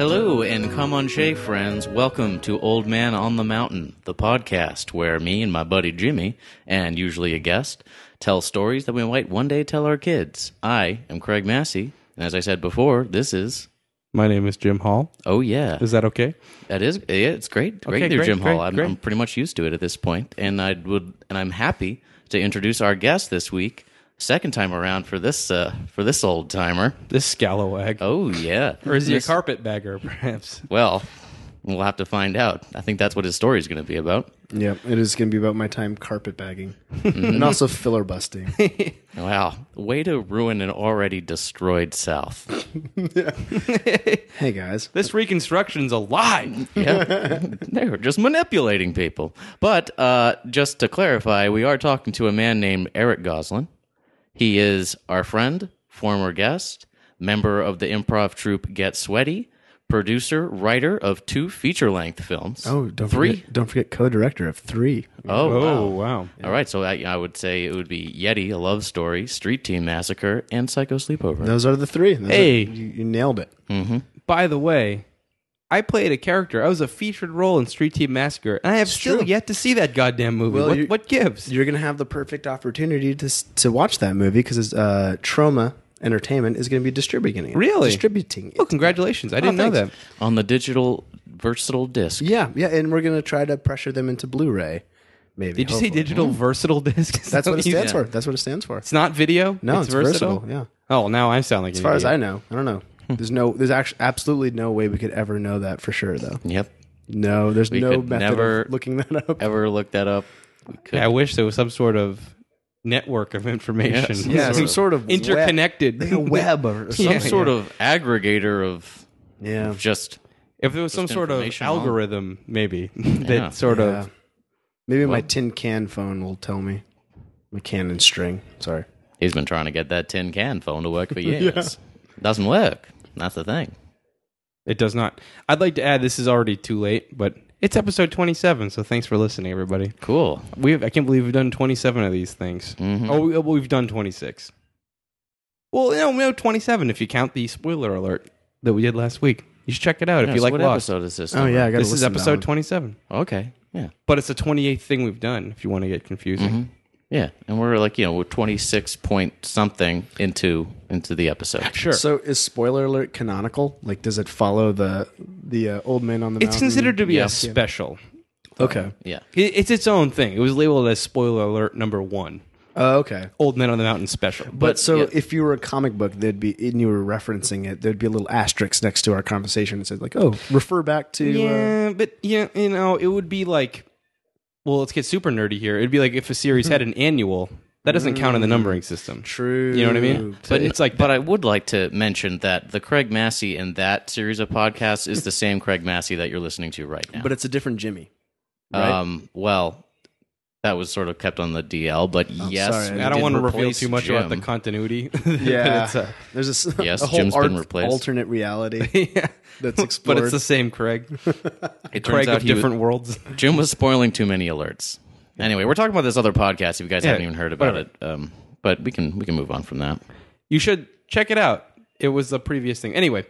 Hello and come on Shay friends. Welcome to Old Man on the Mountain, the podcast where me and my buddy Jimmy, and usually a guest, tell stories that we might one day tell our kids. I am Craig Massey, and as I said before, this is My name is Jim Hall. Oh yeah. Is that okay? That is yeah, it's great. Great Okay, there, great, Jim great, Hall. I'm, great. I'm pretty much used to it at this point, and I would and I'm happy to introduce our guest this week, second time around for this uh, for this old timer. This scalawag. Oh yeah. or is he a Miss- carpetbagger, perhaps? Well, we'll have to find out. I think that's what his story is going to be about. Yeah, it is going to be about my time carpetbagging Mm-hmm. and also filibuster. Wow, way to ruin an already destroyed South. hey guys, This reconstruction's a lie. Yeah, they were just manipulating people. But uh, just to clarify, we are talking to a man named Eric Goslin. He is our friend, former guest, member of the improv troupe Get Sweaty, producer, writer of two feature-length films. oh don't three. forget, don't forget co-director of three. Oh, wow. Oh, wow. All right, so I, I would say it would be Yeti, A Love Story, Street Team Massacre, and Psycho Sleepover. Those are the three. Those are- Hey. you, you nailed it. By the way, I played a character. I was a featured role in Street Team Massacre, and I have still true. yet to see that goddamn movie. Well, you- what, what gives? You're going to have the perfect opportunity to s- to watch that movie because uh, Trauma Entertainment is going to be distributing it. Really? distributing Oh, it. congratulations. I didn't know that. thanks. On the digital versatile disc. Yeah, yeah, and we're going to try to pressure them into Blu-ray. Maybe. Did you say hopefully. Mm. digital versatile disc? Is That's that what it you- stands for. That's what it stands for. It's not video? No, it's versatile. Yeah. Oh, now I sound like As far as I know, I don't know. Hmm. There's no, there's actually absolutely no way we could ever know that for sure, though. Yep. No, there's no could method never- of looking that up. Ever looked that up? We could. I wish there was some sort of network of information. Yes. yeah, some sort of Interconnected. web, web or, or Some Yeah. something. sort of aggregator of Yeah, just If there was some sort of information on- algorithm, maybe that Yeah. sort Yeah. of maybe my tin can phone will tell me. My cannon string. Sorry. he's been trying to get that tin can phone to work for years. Doesn't work. That's the thing. it does not. I'd like to add this is already too late, but it's episode 27, so thanks for listening, everybody. Cool. We have, I can't believe we've done 27 of these things. Mm-hmm. Oh, we, we've done 26. Well, no, no, 27 if you count the spoiler alert that we did last week. You should check it out if Yes, you like what Lost. episode is this? Oh yeah, I got This is episode 27, Okay. Yeah. but it's the 28th thing we've done. If you want to get confusing, Mm-hmm. Yeah. And we're like, you know, we're twenty six point something into into the episode. sure. So is spoiler alert canonical? Like, does it follow the the uh, old man on the it's mountain? considered to be Yeah. a special. okay. Yeah. It- It's its own thing. It was labeled as spoiler alert number one. Oh, okay. Old Men on the Mountain special. But, But, so yeah. if you were a comic book, there'd be and you were referencing it, there'd be a little asterisk next to our conversation that said like, "Oh, refer back to." Uh, Yeah, but yeah, you know, it would be like, well, let's get super nerdy here. It'd be like if a series had an annual. That doesn't count in the numbering system. True. You know what I mean? But it's like, But I would like to mention that the Craig Massey in that series of podcasts is the same Craig Massey that you're listening to right now. but it's a different Jimmy. right? um, well, that was sort of kept on the DL, but yes, sorry. we I don't did want to reveal replace too much about the Jim. continuity. Yeah, It's uh, a- there's a, s- Yes, a whole Jim's been art- replaced. alternate reality yeah. that's But explored. it's the same Craig. It turns Craig out of he was- different worlds. Jim was spoiling too many alerts. Anyway, we're talking about this other podcast. If you guys haven't even heard about whatever. it, um, but we can we can move on from that. You should check it out. It was the previous thing. Anyway,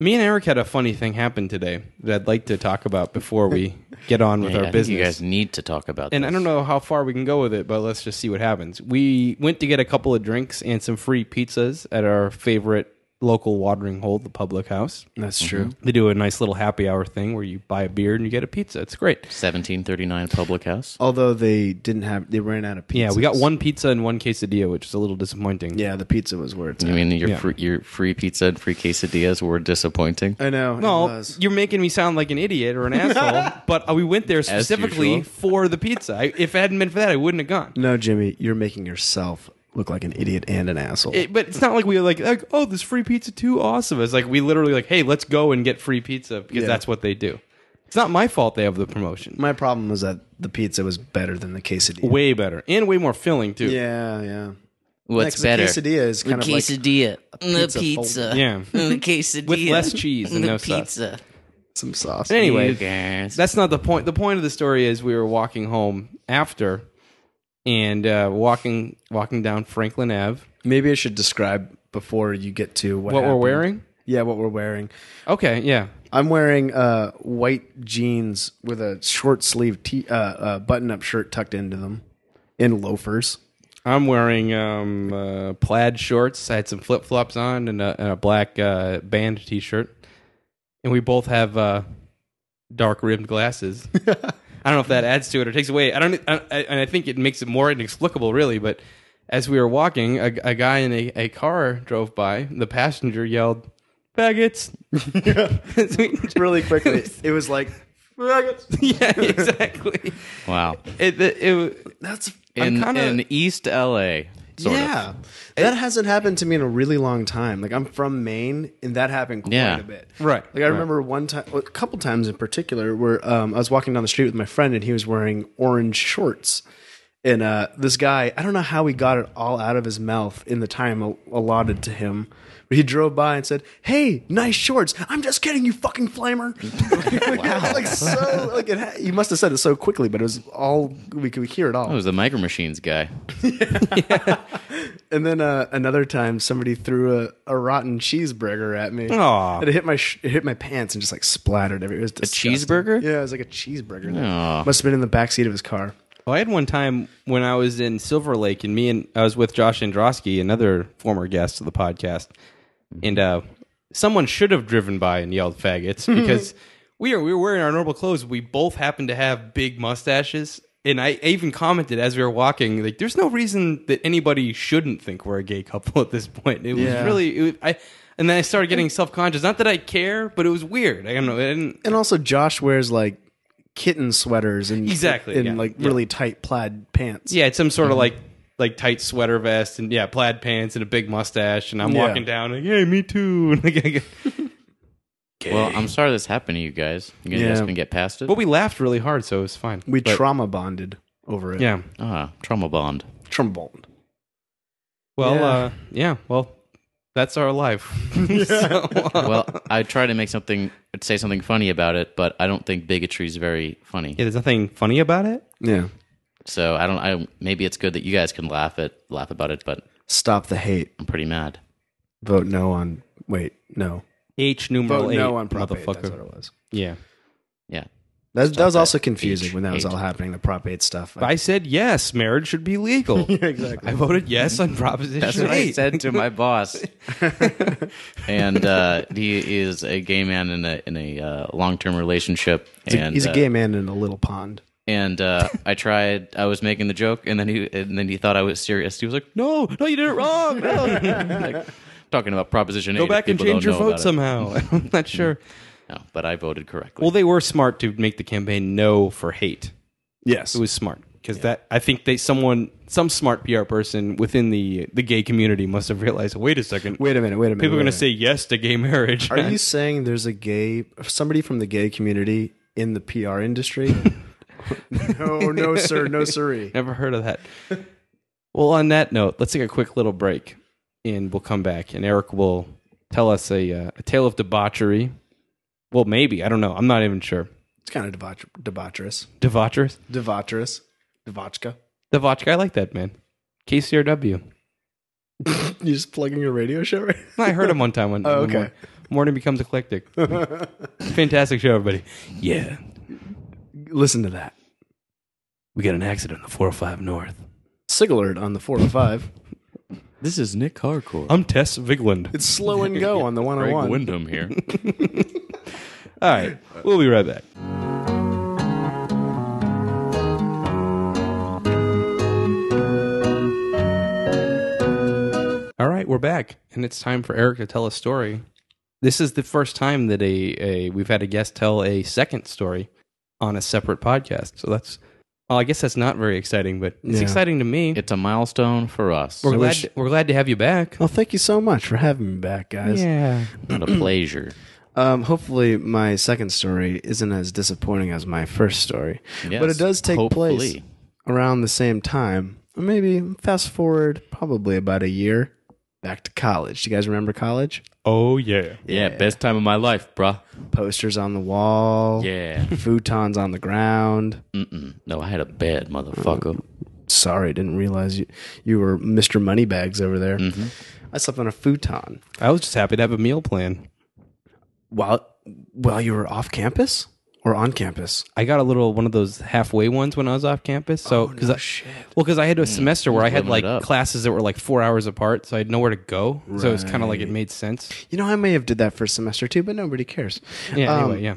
me and Eric had a funny thing happen today that I'd like to talk about before we get on with Yeah, I our think business. you guys need to talk about. and this. I don't know how far we can go with it, but let's just see what happens. We went to get a couple of drinks and some free pizzas at our favorite local watering hole, the public house. that's Mm-hmm. true. They do a nice little happy hour thing where you buy a beer and you get a pizza. It's great. 1739 Public House. Although they didn't have, they ran out of pizza. Yeah, we got one pizza and one quesadilla, which is a little disappointing. Yeah, the pizza was where it's. I At. mean, your Yeah. free, your free pizza and free quesadillas were disappointing. Uh, I know. it No, was. you're making me sound like an idiot or an asshole, but uh, we went there specifically usual. for the pizza. I, if it hadn't been for that, I wouldn't have gone. no, Jimmy, you're making yourself look like an idiot and an asshole. It- but it's not like we were like, like, oh, this free pizza too awesome. It's like we literally like, hey, let's go and get free pizza because Yeah. that's what they do. It's not my fault they have the promotion. My problem was that the pizza was better than the quesadilla. way better and way more filling too. Yeah, yeah. What's Like, better? the quesadilla is The kind of like quesadilla. pizza the pizza. Yeah. The quesadilla. With less cheese and the no sauce. pizza. some sauce. Anyway, Who cares? That's not the point. The point of the story is we were walking home after, and uh, walking walking down Franklin Ave. Maybe I should describe before you get to what, What we're happened. wearing? Yeah, what we're wearing. Okay, yeah, I'm wearing uh, white jeans with a short sleeve t- uh, uh, button up shirt tucked into them, and loafers. I'm wearing um, uh, plaid shorts. I had some flip flops on and a, and a black uh, band t shirt, and we both have uh, dark rimmed glasses. I don't know if that adds to it or takes away. I don't, I, I- and I think it makes it more inexplicable, really. But as we were walking, a, a guy in a, a car drove by. The passenger yelled, "Faggots!" Really quickly, it was like yeah, exactly. wow. It, it, it, that's In, kinda- in East LA. Sort Of. yeah. That hasn't happened to me in a really long time. Like I'm from Maine, and that happened quite Yeah. a bit. Right, Like I right. remember one time, a couple times in particular, where um, I was walking down the street with my friend, and he was wearing orange shorts. And uh, this guy, I don't know how he got it all out of his mouth in the time al- allotted to him, but he drove by and said, "Hey, nice shorts." I'm just kidding, you fucking flamer. like so, like it ha- he must have said it so quickly, but it was all we could hear it all. It was the Micro Machines guy. And then uh, another time, somebody threw a, a rotten cheeseburger at me. Aw. And it hit my sh- it hit my pants and just like splattered everywhere. It was disgusting. cheeseburger? Yeah, it was like a cheeseburger. Aw. Must have been in the back seat of his car. Well, I had one time when I was in Silver Lake, and me and I was with Josh Androsky, another former guest of the podcast, and uh, someone should have driven by and yelled "faggots" because we are we were wearing our normal clothes. We both happened to have big mustaches, and I, I even commented as we were walking, like, "There's no reason that anybody shouldn't think we're a gay couple at this point." It was Yeah. really, it was, I, and then I started getting self conscious. Not that I care, but it was weird. I don't know. I didn't, And also, Josh wears like kitten sweaters and Exactly, and yeah, like yeah. really tight plaid pants. Yeah, it's some sort Mm-hmm. of like like tight sweater vest and yeah, plaid pants and a big mustache. And I'm Yeah. walking down like, hey, me too. And, like, Well, I'm sorry this happened to you guys. You guys Yeah. can get past it. but we laughed really hard, so it was fine. we But, trauma bonded over it. Yeah. Ah, trauma bond. trauma bonded. Well, Yeah. uh, yeah. Well, that's our life. so, uh, Well, I try to make something, say something funny about it, but I don't think bigotry is very funny. yeah, there's nothing funny about it. Yeah, So I don't. I maybe it's good that you guys can laugh at laugh about it, but stop the hate. I'm pretty mad. Vote no on. Wait, no. H numeral Vote eight, no on Prop 8. That's what motherfucker. it was. Yeah. Yeah. That, that was that also confusing when that was hate. all happening. The Prop Eight stuff. I said yes, marriage should be legal. exactly. I voted yes on Proposition That's what I Eight. said to my boss. and uh, he is a gay man in a in a uh, long term relationship. and He's uh, a gay man in a little pond. And uh, I tried. I was making the joke, and then he and then he thought I was serious. He was like, "No, no, you did it wrong." no." Like, talking about Proposition Eight. Go if back and people change don't your know about vote it. somehow. I'm not sure. Mm-hmm. No, but I voted correctly. Well, they were smart to make the campaign no for hate. Yes. It was smart because that I think they someone some smart PR person within the the gay community must have realized. Wait a second, Wait a minute. Wait a minute. people are wait going a to say yes to gay marriage. minute. Are you saying there's a gay somebody from the gay community in the PR industry? no, no, sir, no, siree. Never heard of that. well, on that note, let's take a quick little break, and we'll come back, and Eric will tell us a uh, a tale of debauchery. Well, maybe I don't know. I'm not even sure. It's kind of debauch- debaucherous, Debaucherous, debaucherous, debauchka. debauch. I like that man. KCRW. You're just plugging your radio show, right? I heard him one time. When, Oh, when okay. Mor- Morning becomes eclectic. Fantastic show, everybody. Yeah. Listen to that. We got an accident on the 405 North. Sig alert on the 405. this is Nick Harcourt. I'm Tess Vigland. It's slow and go on the Greg 101. Wyndham here. All right. We'll be right back. All right, we're back, and it's time for Eric to tell a story. This is the first time that a, a we've had a guest tell a second story on a separate podcast. So that's, well, I guess that's not very exciting, but it's Yeah. exciting to me. It's a milestone for us. we're Not glad wish- we're glad to have you back. Well, thank you so much for having me back, guys. Yeah. a pleasure. Um, hopefully, my second story isn't as disappointing as my first story, Yes, but it does take hopefully. place around the same time maybe fast forward probably about a year back to college. Do you guys remember college? Oh yeah. Yeah, best time of my life, bruh. Posters on the wall, Yeah. futons on the ground. Mm-mm. No, I had a bad motherfucker. Sorry, didn't realize you you were Mr. Moneybags over there. Mm-hmm. I slept on a futon I was just happy to have a meal plan. while while you were off campus or on campus. I got a little one of those halfway ones when I was off campus. So because I well because I had a semester where I had living it like up. classes that were like four hours apart, so I had nowhere to go. So it was kind of like it made sense. You know, I may have did that for a semester too, but nobody cares. Yeah. Um, anyway, yeah.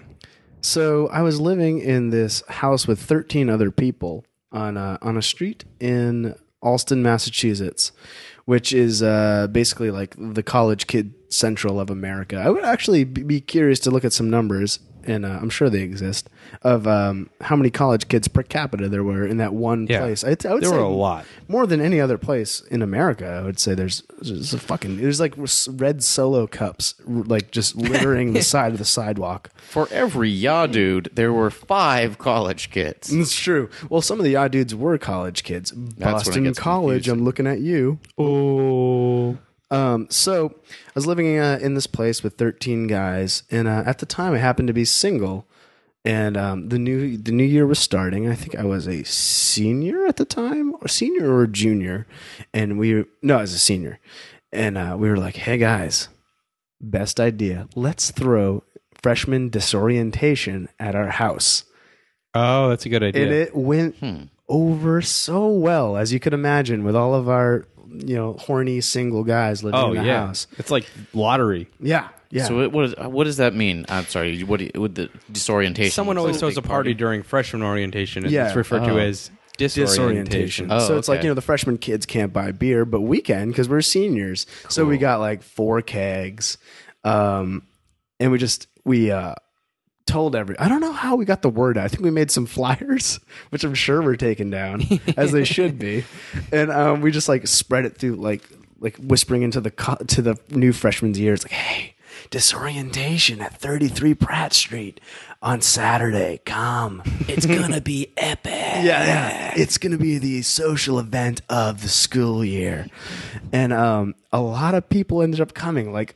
So I was living in this house with 13 other people on a, on a street in Alston, Massachusetts, which is uh, basically like the college kid central of America. I would actually be be curious to look at some numbers, and uh, I'm sure they exist, of um, how many college kids per capita there were in that one Yeah. place. I, I would There say were a lot. more than any other place in America. I would say there's, there's a fucking there's like red solo cups like just littering the side of the sidewalk. For every ya dude, there were five college kids. Mm. It's true. Well, some of the odd dudes were college kids. when it Boston gets College. I'm looking at you. Oh. Um, so I was living uh, in this place with 13 guys, and uh, at the time I happened to be single, and um, the new the new year was starting. I think I was a senior at the time, or senior or junior, and we no, I was a senior, and uh, we were like, hey guys, best idea, let's throw freshman disorientation at our house. Oh, that's a good idea. and it went Hmm. over so well as you could imagine with all of our you know horny single guys living oh in the yeah. house It's like lottery. yeah yeah So it, what, is, what does that mean? I'm sorry. you- What do you- with the disorientation? Someone was always a throws a big party during freshman orientation, and Yeah. it's referred to as Oh. disorientation. Oh, so it's like okay. you know the freshman kids can't buy beer, but we can because we're seniors. So we got like four kegs, um, and we just we uh, told every. I don't know how we got the word out. I think we made some flyers, which I'm sure were taken down as they should be, and um, we just like spread it through like like whispering into the co- to the new freshman's ears like hey. Disorientation at 33 Pratt Street on Saturday. Come. It's going to be epic yeah, yeah. It's going to be the social event of the school year. And um, a lot of people ended up coming. Like,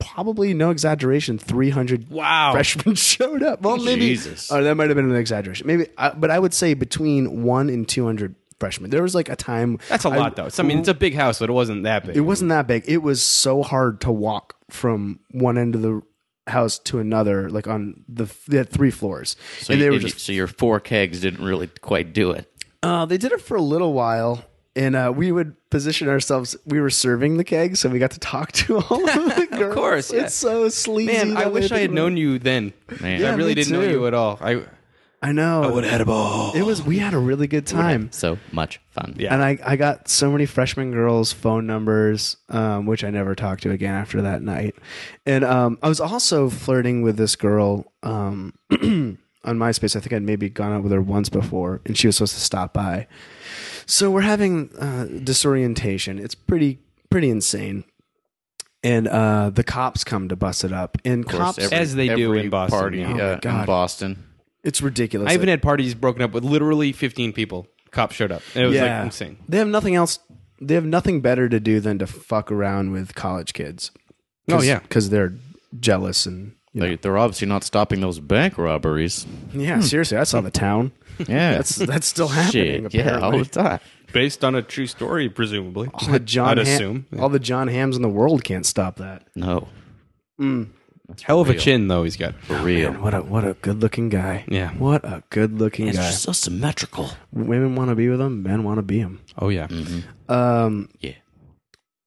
probably no exaggeration, 300 Wow. freshmen showed up. Well, maybe. Jesus. Or that might have been an exaggeration. Maybe, I, but I would say between one and 200 freshmen. There was like a time. That's a I- lot, though. It's- I mean, it's a big house, but it wasn't that big. it wasn't that big. It was so hard to walk from one end of the house to another, like on the, they had three floors. So, and they you- were and you- just so your four kegs didn't really quite do it. Uh, they did it for a little while, and uh, we would position ourselves. We were serving the kegs, so we got to talk to all of the girls. of course, yeah. it's so sleazy. Man, I that wish they I had did it. known you then. Man. I Yeah, really me didn't know too. you at all. I I know. I would had a ball. It was. We had a really good time, So much fun. Yeah. and I I got so many freshman girls' phone numbers, um, which I never talked to again after that night. And um, I was also flirting with this girl. Um, on MySpace, I think I'd maybe gone out with her once before, and she was supposed to stop by. So we're having uh, disorientation. It's pretty pretty insane, and uh, the cops come to bust it up. And Of course, cops, every- As they do every in Boston. Party Oh my uh, in God. Boston. it's ridiculous. I even had parties broken up with literally 15 people. Cops showed up. It was like insane. They have nothing else. They have nothing better to do than to fuck around with college kids. Oh, yeah. because they're jealous and you know. They, they're obviously not stopping those bank robberies. yeah. Hmm. Seriously, that's on the town. Yeah, That's that's still happening. shit. Yeah, all apparently. the time. Based on a true story, presumably. all the Oh, John. I'd Ham- assume. all the John Hams in the world can't stop that. No, Hell of a chin, though, he's got. for real. Man, what a what a good looking guy. Yeah. What a good looking guy. so symmetrical. Women want to be with him. Men want to be him. Oh, yeah. Um. Yeah.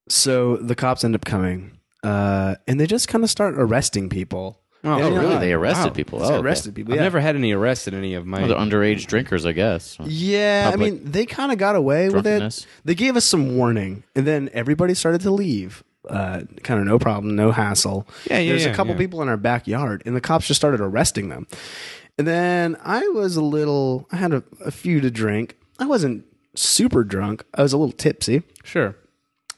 So the cops end up coming, uh, and they just kind of start arresting people. Oh, And, you know, really? They arrested wow, people. they Oh, okay. arrested people. I've yeah. never had any arrests in any of my. They're underage drinkers, I guess. Yeah, I public mean, they kind of got away with it. drunkenness. They gave us some warning, and then everybody started to leave. Uh, kind of no problem, no hassle. Yeah, yeah, There's yeah, a couple yeah. people in our backyard, and the cops just started arresting them. And then I was a little, I had a, a few to drink. I wasn't super drunk. I was a little tipsy, sure.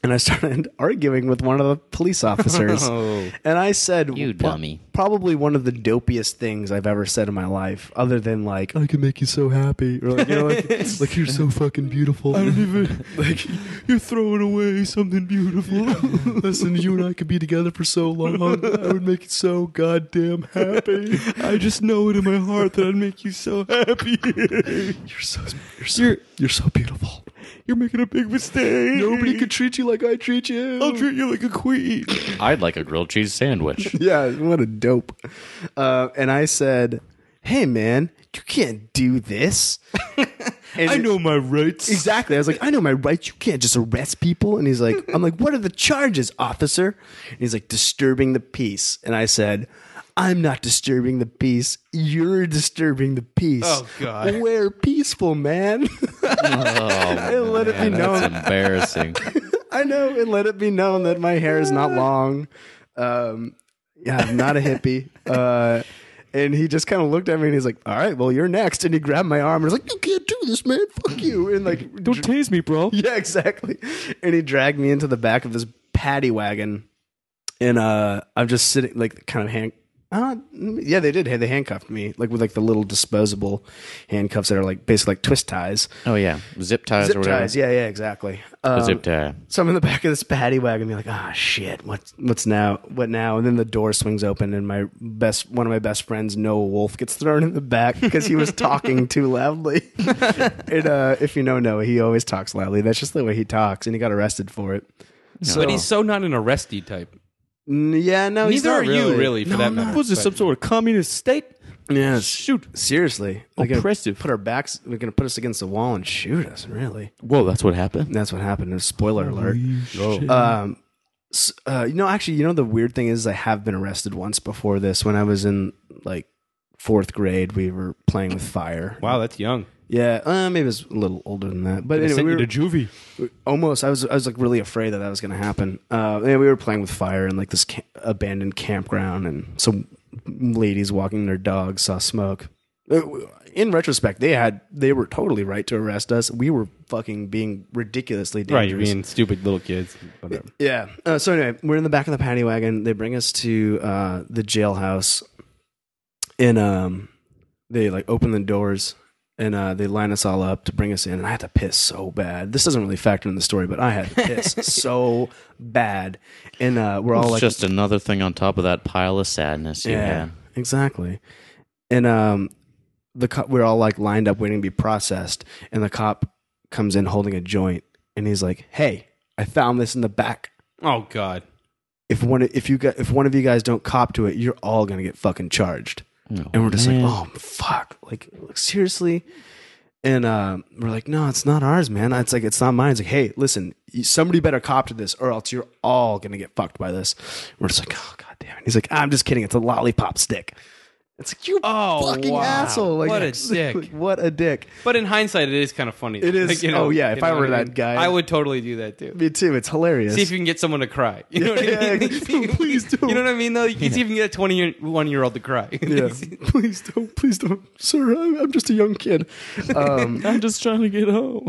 and I started arguing with one of the police officers. Oh. And I said, You pro- dummy. Probably one of the dopiest things I've ever said in my life, other than like, I can make you so happy. Or like, you know, like, like you're so fucking beautiful. I don't even, like, you're throwing away something beautiful. Listen, you and I could be together for so long. I would make you so goddamn happy. I just know it in my heart that I'd make you so happy. You're so, you're so, you're, so beautiful. You're making a big mistake. Nobody could treat you like I treat you. I'll treat you like a queen. I'd like a grilled cheese sandwich. yeah, what a dope. Uh, and I said, "Hey, man, you can't do this." And I know my rights. exactly. I was like, "I know my rights. You can't just arrest people." And he's like, "I'm like, what are the charges, officer?" And he's like, "Disturbing the peace." And I said. I'm not disturbing the peace. You're disturbing the peace. Oh, God. We're peaceful, man. I let it be known. Oh, That's embarrassing. I know, and let it be known that my hair is not long. Um, yeah, I'm not a hippie. Uh, and he just kind of looked at me and he's like, "All right, well, you're next." And he grabbed my arm and was like, "You can't do this, man! Fuck you!" And like, Don't tase me, bro. yeah, exactly. And he dragged me into the back of this paddy wagon, and uh, I'm just sitting like kind of hand. Uh, yeah, they did. Hey, they handcuffed me like with like the little disposable handcuffs that are like basically like twist ties, Oh yeah, zip ties or zip whatever. ties. Yeah, yeah, exactly. Um, A zip tie. so I'm in the back of this paddy wagon, be like, ah, shit, what's what's now? What now? And then the door swings open, and my best one of my best friends, Noah Wolf, gets thrown in the back because he was talking too loudly. and uh, if you know Noah, he always talks loudly. That's just the way he talks, and he got arrested for it. So But he's so not an arresty type. Mm, yeah, no, he's Neither not are you, really, for that no. matter. Was this some sort of communist state? Yeah, Shoot. seriously, They're gonna Oppressive. Put our backs. They're gonna put us against the wall and shoot us. Really. Whoa, that's what happened. And that's what happened. Spoiler alert. Uh, Um, s- uh, you know, actually, you know, the weird thing is I have been arrested once before this. When I was in like fourth grade, we were playing with fire. Wow, that's young. Yeah, uh, maybe it was a little older than that. But anyway, we were- juvie. almost i was i was like really afraid that that was going to happen uh and we were playing with fire in like this ca- abandoned campground and some ladies walking their dogs saw smoke Uh, in retrospect they had they were totally right to arrest us we were fucking being ridiculously dangerous Right, you're being stupid little kids. Whatever. yeah. Uh, so anyway, we're in the back of the paddy wagon. They bring us to uh, the jailhouse, and um, they like open the doors and uh, they line us all up to bring us in. And I had to piss so bad. This doesn't really factor in the story, but I had to piss so bad, and uh, we're all It's like, just another thing on top of that pile of sadness you had. exactly. And um, the cop, we're all like lined up waiting to be processed, and the cop comes in holding a joint, and he's like, "Hey, I found this in the back." Oh God. if one if you got if one of you guys don't cop to it, you're all gonna get fucking charged. No, And we're just man. like, oh fuck, like, like, seriously. And uh, we're like, no, it's not ours, man. It's like it's not mine. It's like, hey, listen, you- somebody better cop to this, or else you're all gonna get fucked by this. We're just like, oh god damn it. He's like, I'm just kidding. It's a lollipop stick. It's like you Oh, fucking wow. asshole. Like, What a dick. what a dick. But in hindsight, it is kind of funny. It is- oh, yeah, if I were that guy- I would totally do that too. Me too. It's hilarious. See if you can get someone to cry. You know what Yeah, I mean? yeah. Please don't. You know what I mean? Though you can see if you can get a twenty-one-year-old to cry. yeah. please don't, please don't, sir. I'm, I'm just a young kid. Um, I'm just trying to get home.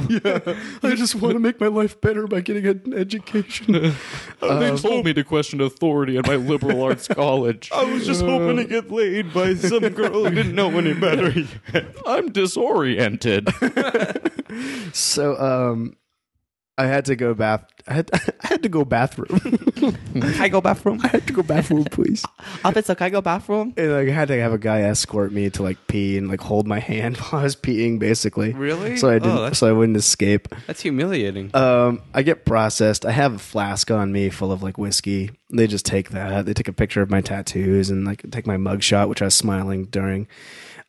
I just want to make my life better by getting an education. they told me to question authority at my liberal arts college. I was just hoping to get laid by some girl who didn't know any better. I'm disoriented. So, um, I had to go bath. I had, I had to go bathroom. I go bathroom. I had to go bathroom, please. Up it's like I go bathroom. And like, I had to have a guy escort me to like pee and like hold my hand while I was peeing, basically. Really? So I Oh, didn't. that's- so I wouldn't escape. That's humiliating. Um, I get processed. I have a flask on me full of like whiskey. They just take that. They take a picture of my tattoos and like take my mugshot, which I was smiling during.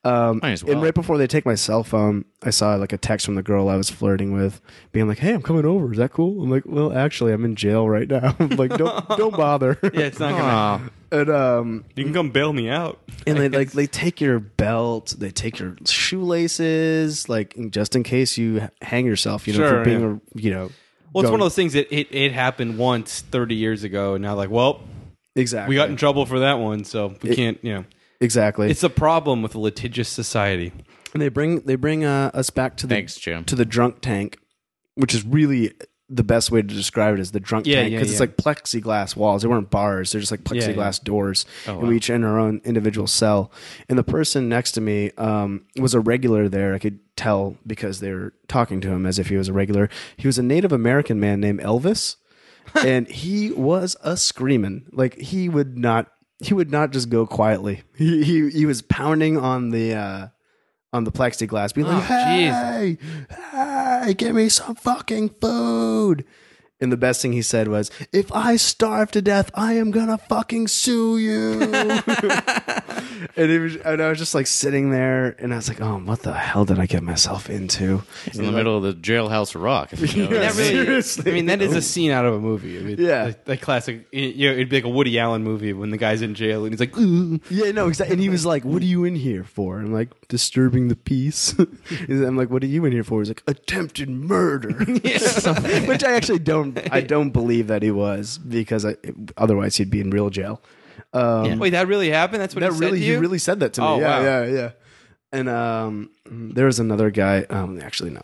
Um, Might as And well. right before they take my cell phone, I saw like a text from the girl I was flirting with, being like, "Hey, I'm coming over. Is that cool?" I'm like, "Well, actually, I'm in jail right now. I'm like, don't don't bother." yeah, it's not uh, gonna. And um, You can come bail me out. and they like they take your belt, they take your shoelaces, like just in case you h- hang yourself, you know, Sure, for being a you know. Well, it's going- one of those things that it, it happened once 30 years ago, and now like, well, we exactly got in trouble for that one, so we can't. You know, exactly. it's a problem with a litigious society. And they bring they bring uh, us back to the Thanks, Jim. to the drunk tank, which is really the best way to describe it is the drunk Yeah, tank yeah, because yeah. it's like plexiglass walls. They weren't bars. They're just like Yeah, Oh, yeah. plexiglass doors, and wow. we each in our own individual cell. And the person next to me um, was a regular there. I could tell because they were talking to him as if he was a regular. He was a Native American man named Elvis, and he was a screaming. Like he would not. He would not just go quietly. He he, he was pounding on the. Uh, on the plexiglass, Oh, being like, "Hey, jeez. hey, give me some fucking food!" And the best thing he said was, "If I starve to death, I am gonna fucking sue you." and, it was, and I was just like sitting there, and I was like, "Oh, what the hell did I get myself into?" It's in the middle of the jailhouse rock. If you know what I That mean. really, Seriously. I mean, that is a scene out of a movie. I mean, Yeah. like that classic. You know, it'd be like a Woody Allen movie when the guy's in jail and he's like, "Ooh." Yeah, no, exactly. And he was like, "What are you in here for?" I'm like, "Disturbing the peace." And I'm like, "What are you in here for?" He's like, "Attempted murder," which I actually don't. I don't believe that he was because I, otherwise he'd be in real jail. Um, "Wait, that really happened? That's what that he really said to he you? really said that to me. Oh, yeah, wow. yeah, yeah. And um, there was another guy. Um, actually, no.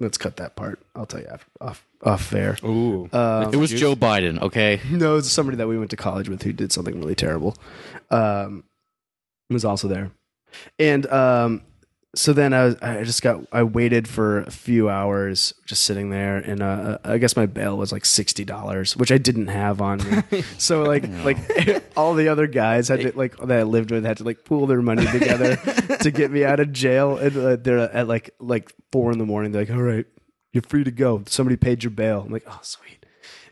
Let's cut that part. I'll tell you after, off off air. Um, Ooh, It was Joe Biden, okay? No, it's somebody that we went to college with who did something really terrible. Um, was also there, and um, so then I, was, I just got I waited for a few hours just sitting there, and uh, I guess my bail was like sixty dollars, which I didn't have on me. so like like all the other guys had to like that I lived with had to like pool their money together to get me out of jail, and uh, they're at like like four in the morning. They're like, all right. You're free to go. Somebody paid your bail. I'm like, oh, sweet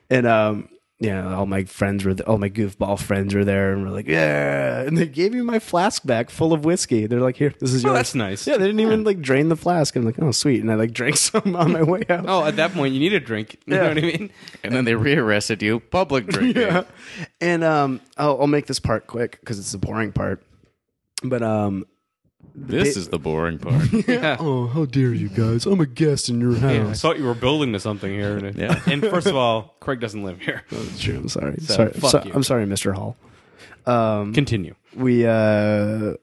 and um yeah all my friends were th- all my goofball friends were there and we're like yeah and they gave me my flask back full of whiskey they're like here this is Oh, yours that's nice. yeah they didn't even like drain the flask and I'm like oh sweet and i like drank some on my way out Oh, at that point, you need a drink. You know Yeah. what I mean? And then they rearrested you, public drinking. yeah. And um, I'll, I'll make this part quick because it's the boring part. But um, This is the boring part. oh, how dare you guys? I'm a guest in your Yeah, I house. thought you were building to something here. And, Yeah. and first of all, Craig doesn't live here. That's true. I'm sorry. sorry. fuck So- you. I'm sorry, Mr. Hall. Um, Continue. we uh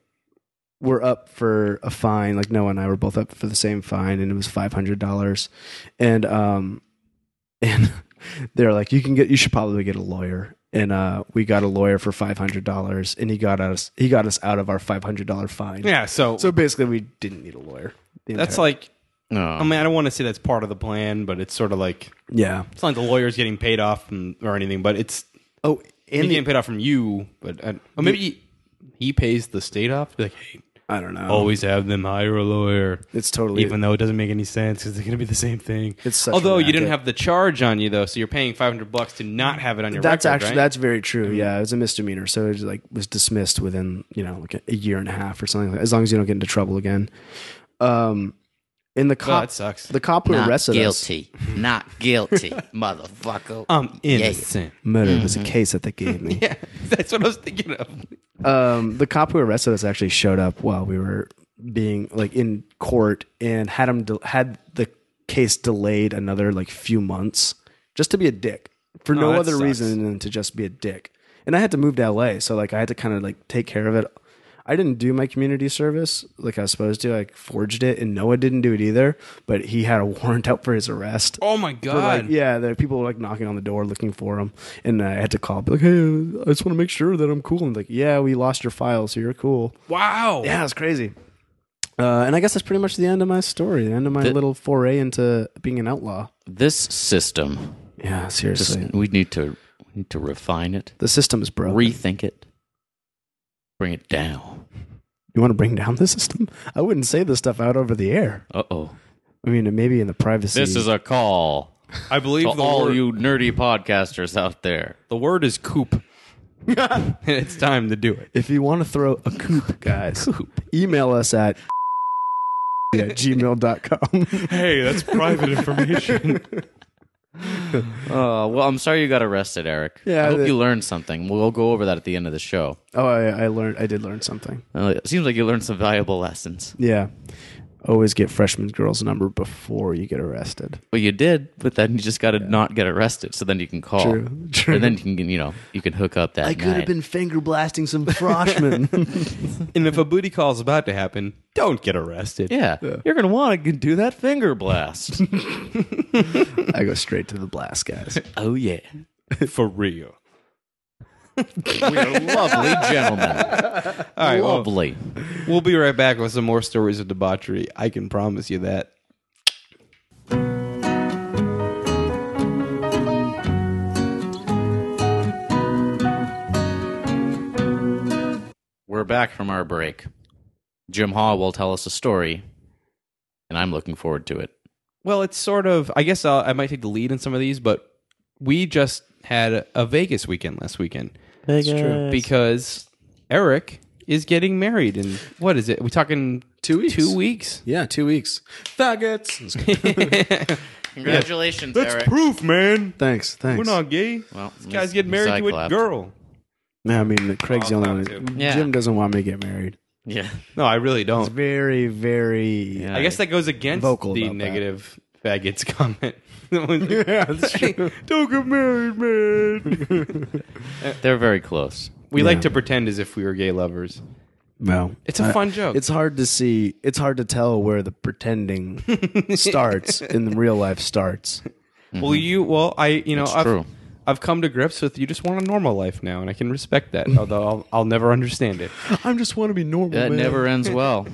were up for a fine like noah and i were both up for the same fine and it was $500 and um and they're like you can get you should probably get a lawyer and uh we got a lawyer for $500 and he got us he got us out of our $500 fine Yeah, so, so basically we didn't need a lawyer The that's entire- like, No. I mean, I don't want to say that's part of the plan, but it's sort of like, yeah it's not like the lawyer's getting paid off from, or anything, but it's, oh he's and the, getting paid off from you, but I, or maybe he, he pays the state off. Be like, hey, i don't know always have them hire a lawyer. Oh. it's totally Oh, Even though it doesn't make any sense because they're going to be the same thing. It's such a Although you didn't racket. have the charge on you though, so you're paying 500 bucks to not have it on your that's record, actually right? Mm-hmm. that's very true. Yeah, it was a misdemeanor, so it was like was dismissed within you know like a year and a half or something. Like that, as long as you don't get into trouble again. Um, in the Well, cop, that sucks. the cop who arrested us, Not guilty, motherfucker. I'm innocent. murder was a case that they gave me. Yeah, that's what I was thinking of. um, the cop who arrested us actually showed up while we were being like in court and had him de- had the case delayed another like few months just to be a dick for no Oh, that other sucks. reason than to just be a dick. And I had to move to LA, so like I had to kind of like take care of it. I didn't do my community service like I was supposed to. I forged it, and Noah didn't do it either. But he had a warrant out for his arrest. Oh my But, god! Like, yeah, there people were like knocking on the door looking for him, and I had to call, be like, "Hey, I just want to make sure that I'm cool." And like, "Yeah, we lost your file, so you're cool." Wow. Yeah, it's crazy. Uh, and I guess that's pretty much the end of my story, the end of my little foray into being an outlaw. This system, Yeah, seriously, we need to we need to refine it, the system is broken. rethink it, bring it down. you want to bring down the system? I wouldn't say this stuff out over the air. Uh oh. I mean, maybe in the privacy. This is a call I believe to the all word, you nerdy podcasters out there. the word is coop. and it's time to do it. if you want to throw a coop, guys, email us at at gmail.com. Hey, that's private information. Uh, well, I'm sorry you got arrested, Eric. Yeah, I hope that- you learned something. We'll go over that at the end of the show. oh, I, I learned. I did learn something. Uh, it seems like you learned some valuable lessons. Yeah. always get freshman girl's number before you get arrested. Well, you did, but then you just got to not get arrested, so then you can call, True, true. Oh. and then you can, you know, you can hook up that. I could night. have been finger blasting some freshmen. And if a booty call is about to happen, don't get arrested. Yeah, you're gonna want to do that finger blast. I go straight to the blast, guys. oh yeah, For real. we're lovely gentlemen, All right. Oh. Well, lovely. we'll be right back with some more stories of debauchery. I can promise you that. We're back from our break. Jim Haw will tell us a story, and I'm looking forward to it. Well, it's sort of. I guess I'll, I might take the lead in some of these, but we just had a Vegas weekend last weekend true. because Eric is getting married. And what is it? we talking Two weeks. Two weeks. yeah, two weeks. Faggots. Congratulations, Eric. proof, man. thanks, thanks. gay. well, this Guys get married to a girl. No, I mean Craig's the Oh, only one. Yeah. Jim doesn't want me to get married. Yeah, No, I really It's don't. very, very. Yeah. I guess that goes against Vocal the about that. negative faggots comment. yeah, Yeah, that's true. don't get married, man. they're very close. we Yeah. like to pretend as if we were gay lovers. No, It's a I- fun joke. It's hard to see. It's hard to tell where the pretending starts and the real life starts. Well, you, well, I, you know, It's I've, true. I've come to grips with you just want a normal life now, and I can respect that, although I'll, I'll never understand it. I just want to be normal. That never ends well.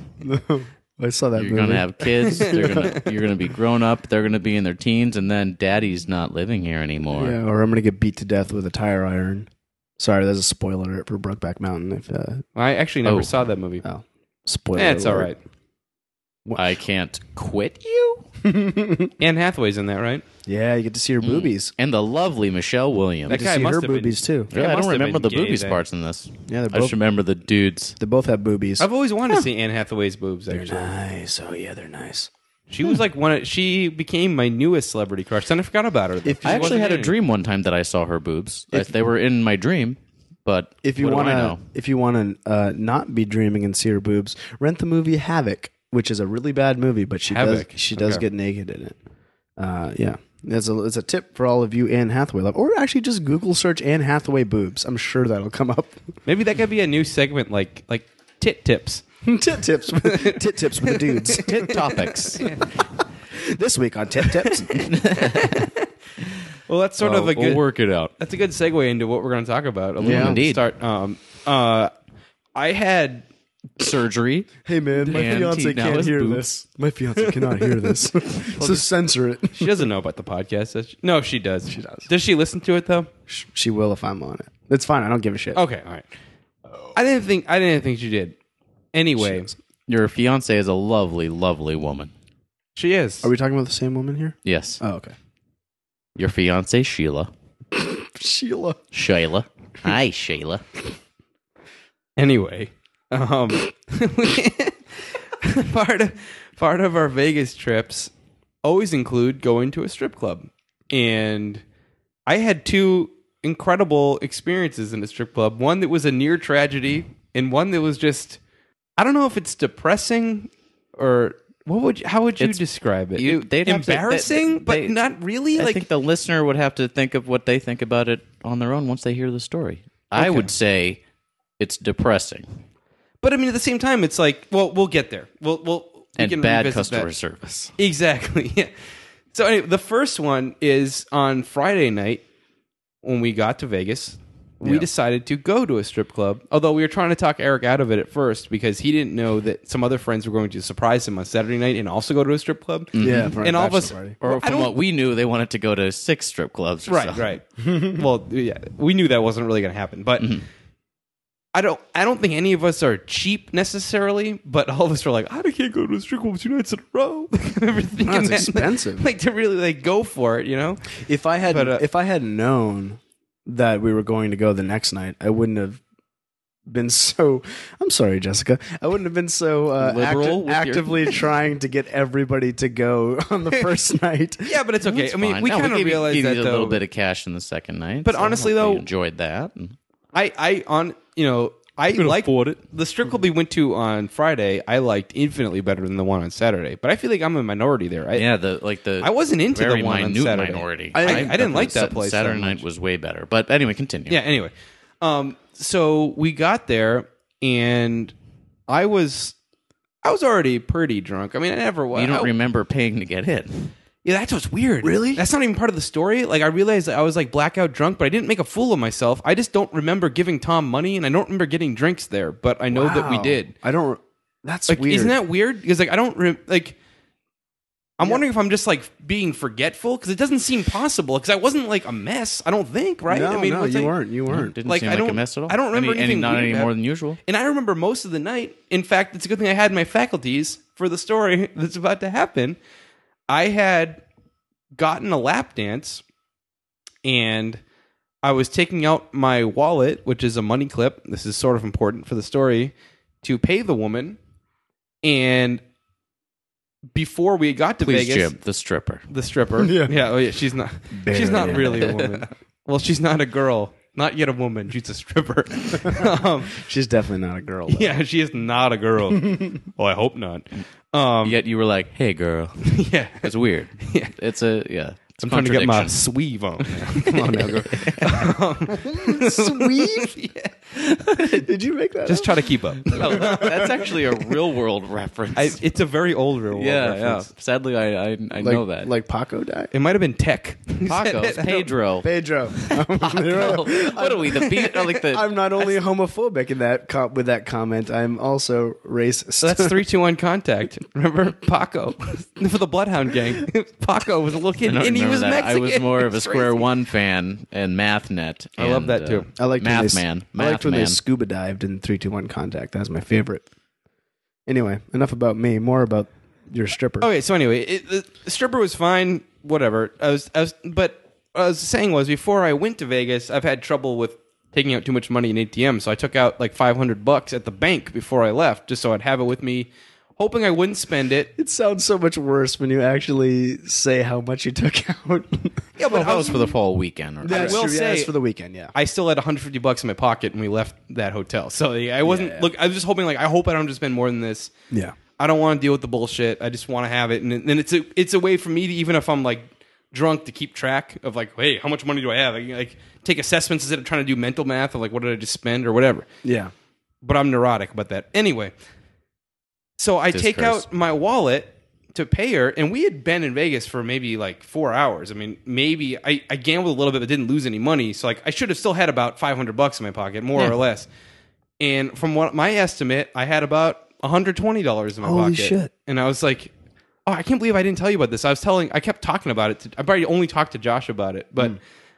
I saw that. You're movie. gonna have kids. They're gonna you're gonna be grown up. They're gonna be in their teens, and then daddy's not living here anymore. Yeah, or I'm gonna get beat to death with a tire iron. Sorry, that's a spoiler alert for Brokeback Mountain. If uh, I actually never Oh. saw that movie. oh, spoiler. Eh, it's all alert. right. I can't quit you. Anne Hathaway's in that, right? Yeah, you get to see her Mm. boobies. And the lovely Michelle Williams. That You guy get to see must her have been- boobies too. Yeah, Really, I must don't have remember been the gay boobies then. parts in this. Yeah, they're I both just remember the dudes. they both have boobies. I've always wanted to see Anne Hathaway's boobs. Actually, nice. Oh yeah, they're nice. she was like one. Of, she became my newest celebrity crush. Then I forgot about her. If She I actually wasn't had in a it. dream one time that I saw her boobs. If, they were in my dream, but If you what do want I know? to, if you want to uh, not be dreaming and see her boobs, rent the movie Havoc, which is a really bad movie, but she Havoc. does she does Okay. get naked in it. Uh, yeah, that's a it's a tip for all of you Anne Hathaway love, or actually just Google search Anne Hathaway boobs. I'm sure that'll come up. Maybe that could be a new segment, like like tit tips. tit tips, with- tit tips with the dudes. Tit topics. this week on tit tips, Well, that's sort of a good. Oh, we'll work it out. Oh, That's a good segue into what we're going to talk about. A little Yeah. bit. Indeed. Start. Um. Uh. I had. Surgery. hey man, my And fiance Pete now can't has hear boobs. this. My fiance cannot hear this, so censor it. She doesn't know about the podcast. does she? No, she does. She does. Does she listen to it though? She will if I'm on it. It's fine. I don't give a shit. Okay. All right. I didn't think. I didn't think she did. Anyway, she is. Your fiance is a lovely, lovely woman. Are we talking about the same woman here? Yes. Uh, Oh, okay. Your fiance Sheila. Sheila. Shayla. Hi, Shayla. Anyway, um, part of part of our Vegas trips always include going to a strip club, and I had two incredible experiences in a strip club. One that was a near tragedy, and one that was just I don't know if it's depressing or what would you, how would you It's- describe it? you- It- they'd have to- they- embarrassing, they- but they- not really. I like think the listener would have to think of what they think about it on their own once they hear the story. I would say it's depressing But I mean, at the same time, it's like, well, we'll get there. We'll, we'll we and can bad revisit customer that. service. Exactly. Yeah. So anyway, the first one is on Friday night when we got to Vegas. We decided to go to a strip club, although we were trying to talk Eric out of it at first because he didn't know that some other friends were going to surprise him on Saturday night and also go to a strip club. Yeah, for a and all of bachelor us, party. Or Well, I from don't- what we knew, they wanted to go to six strip clubs. Or right, something. right. Mm-hmm. well, yeah, we knew that wasn't really going to happen, but I don't, I don't think any of us are cheap necessarily. But all of us were like, I can't go to a strip club two nights in a row. Remember thinking That's that, expensive. like to really like go for it, you know? If I had But, uh, if I had known that we were going to go the next night, I wouldn't have been so I'm sorry, Jessica. I wouldn't have been so uh, Liberal acti- with your- actively trying to get everybody to go on the first night. Yeah, but it's okay. It's I mean, fine. we No, kind of gave you- realized gave that you a though. little bit of cash in the second night. But so honestly, hopefully you though- enjoyed that. I, I on you know, I can like afford it. the strip club we went to on Friday. I liked infinitely better than the one on Saturday. But I feel like I'm a minority there. I, Yeah, the like the I wasn't into very the one on minute Saturday. minority. I- I think didn't the like that Sat- place that Saturday much. night was way better. But anyway, continue. yeah anyway um so we got there and i was i was already pretty drunk i mean i never was you don't I- remember paying to get hit. yeah that's what's weird really that's not even part of the story like i realized that i was like blackout drunk but i didn't make a fool of myself i just don't remember giving tom money and i don't remember getting drinks there but i know that we Wow. did I don't. That's like weird. isn't that weird because like i don't re- like I'm wondering if I'm just like being forgetful because it doesn't seem possible because I wasn't like a mess. I don't think, right? No, I mean, no, what's you like- weren't. You weren't. Didn't Like, seem I like a don't- mess at all. I don't remember any, any, anything not weird any about- more than usual. And I remember most of the night. In fact, it's a good thing I had my faculties for the story that's about to happen. I had gotten a lap dance and I was taking out my wallet, which is a money clip. This is sort of important for the story to pay the woman. And before we got to Please, Vegas, Jim, the stripper. the stripper. Yeah. yeah, oh yeah. She's not. She's not Barely. really a woman. well, she's not a girl. Not yet a woman. She's a stripper. um, She's definitely not a girl. though. yeah, she is not a girl. well, I hope not. Um, Yet you were like, "Hey, girl." yeah. It's weird. Yeah. It's a yeah. It's I'm trying to get my sweeve on. now. Come on now, girl. Sweet. Yeah. Did you make that? Just up? try to keep up. That's actually a real world reference. I, it's a very old real world yeah, reference. yeah. Sadly, I I, I like, know that. Like Paco died. It might have been tech. Paco's Pedro. Pedro. what are we? The beat? Like the I'm not only homophobic in that com- with that comment. I'm also racist. That's three two one contact. Remember Paco for the Bloodhound Gang. Paco was a little kid I don't and he remember was that. Mexican. I was more of a It's Square crazy. One fan and MathNet. I love and, uh, that, too. I liked when Math they, Man. I liked Math when Man. they scuba dived in three two one contact. That was my favorite. Anyway, enough about me. More about your stripper. Okay, so anyway, it, the stripper was fine. Whatever. I was, I was, but what I was saying was before I went to Vegas, I've had trouble with taking out too much money in ATM, so I took out like five hundred bucks at the bank before I left, just so I'd have it with me, hoping I wouldn't spend it. It sounds so much worse when you actually say how much you took out. Yeah, Well, that was for the fall weekend. Or will true. Yeah, say- that's for the weekend. Yeah, I still had 150 bucks in my pocket when we left that hotel. So yeah, I wasn't look. I was just hoping like I hope I don't have to spend more than this. yeah. I don't want to deal with the bullshit. I just want to have it, and then it's a it's a way for me to even if I'm like drunk to keep track of like, hey, how much money do I have? I can, like take assessments instead of trying to do mental math of like what did I just spend or whatever. Yeah. But I'm neurotic about that anyway. So I take curse. out my wallet to pay her, and we had been in Vegas for maybe like four hours. I mean, maybe I, I gambled a little bit, but didn't lose any money. So like I should have still had about 500 bucks in my pocket, more or less. And from what my estimate, I had about $120 in my Holy pocket. shit. And I was like, oh, I can't believe I didn't tell you about this. I was telling, I kept talking about it. To, I probably only talked to Josh about it, Hmm. but.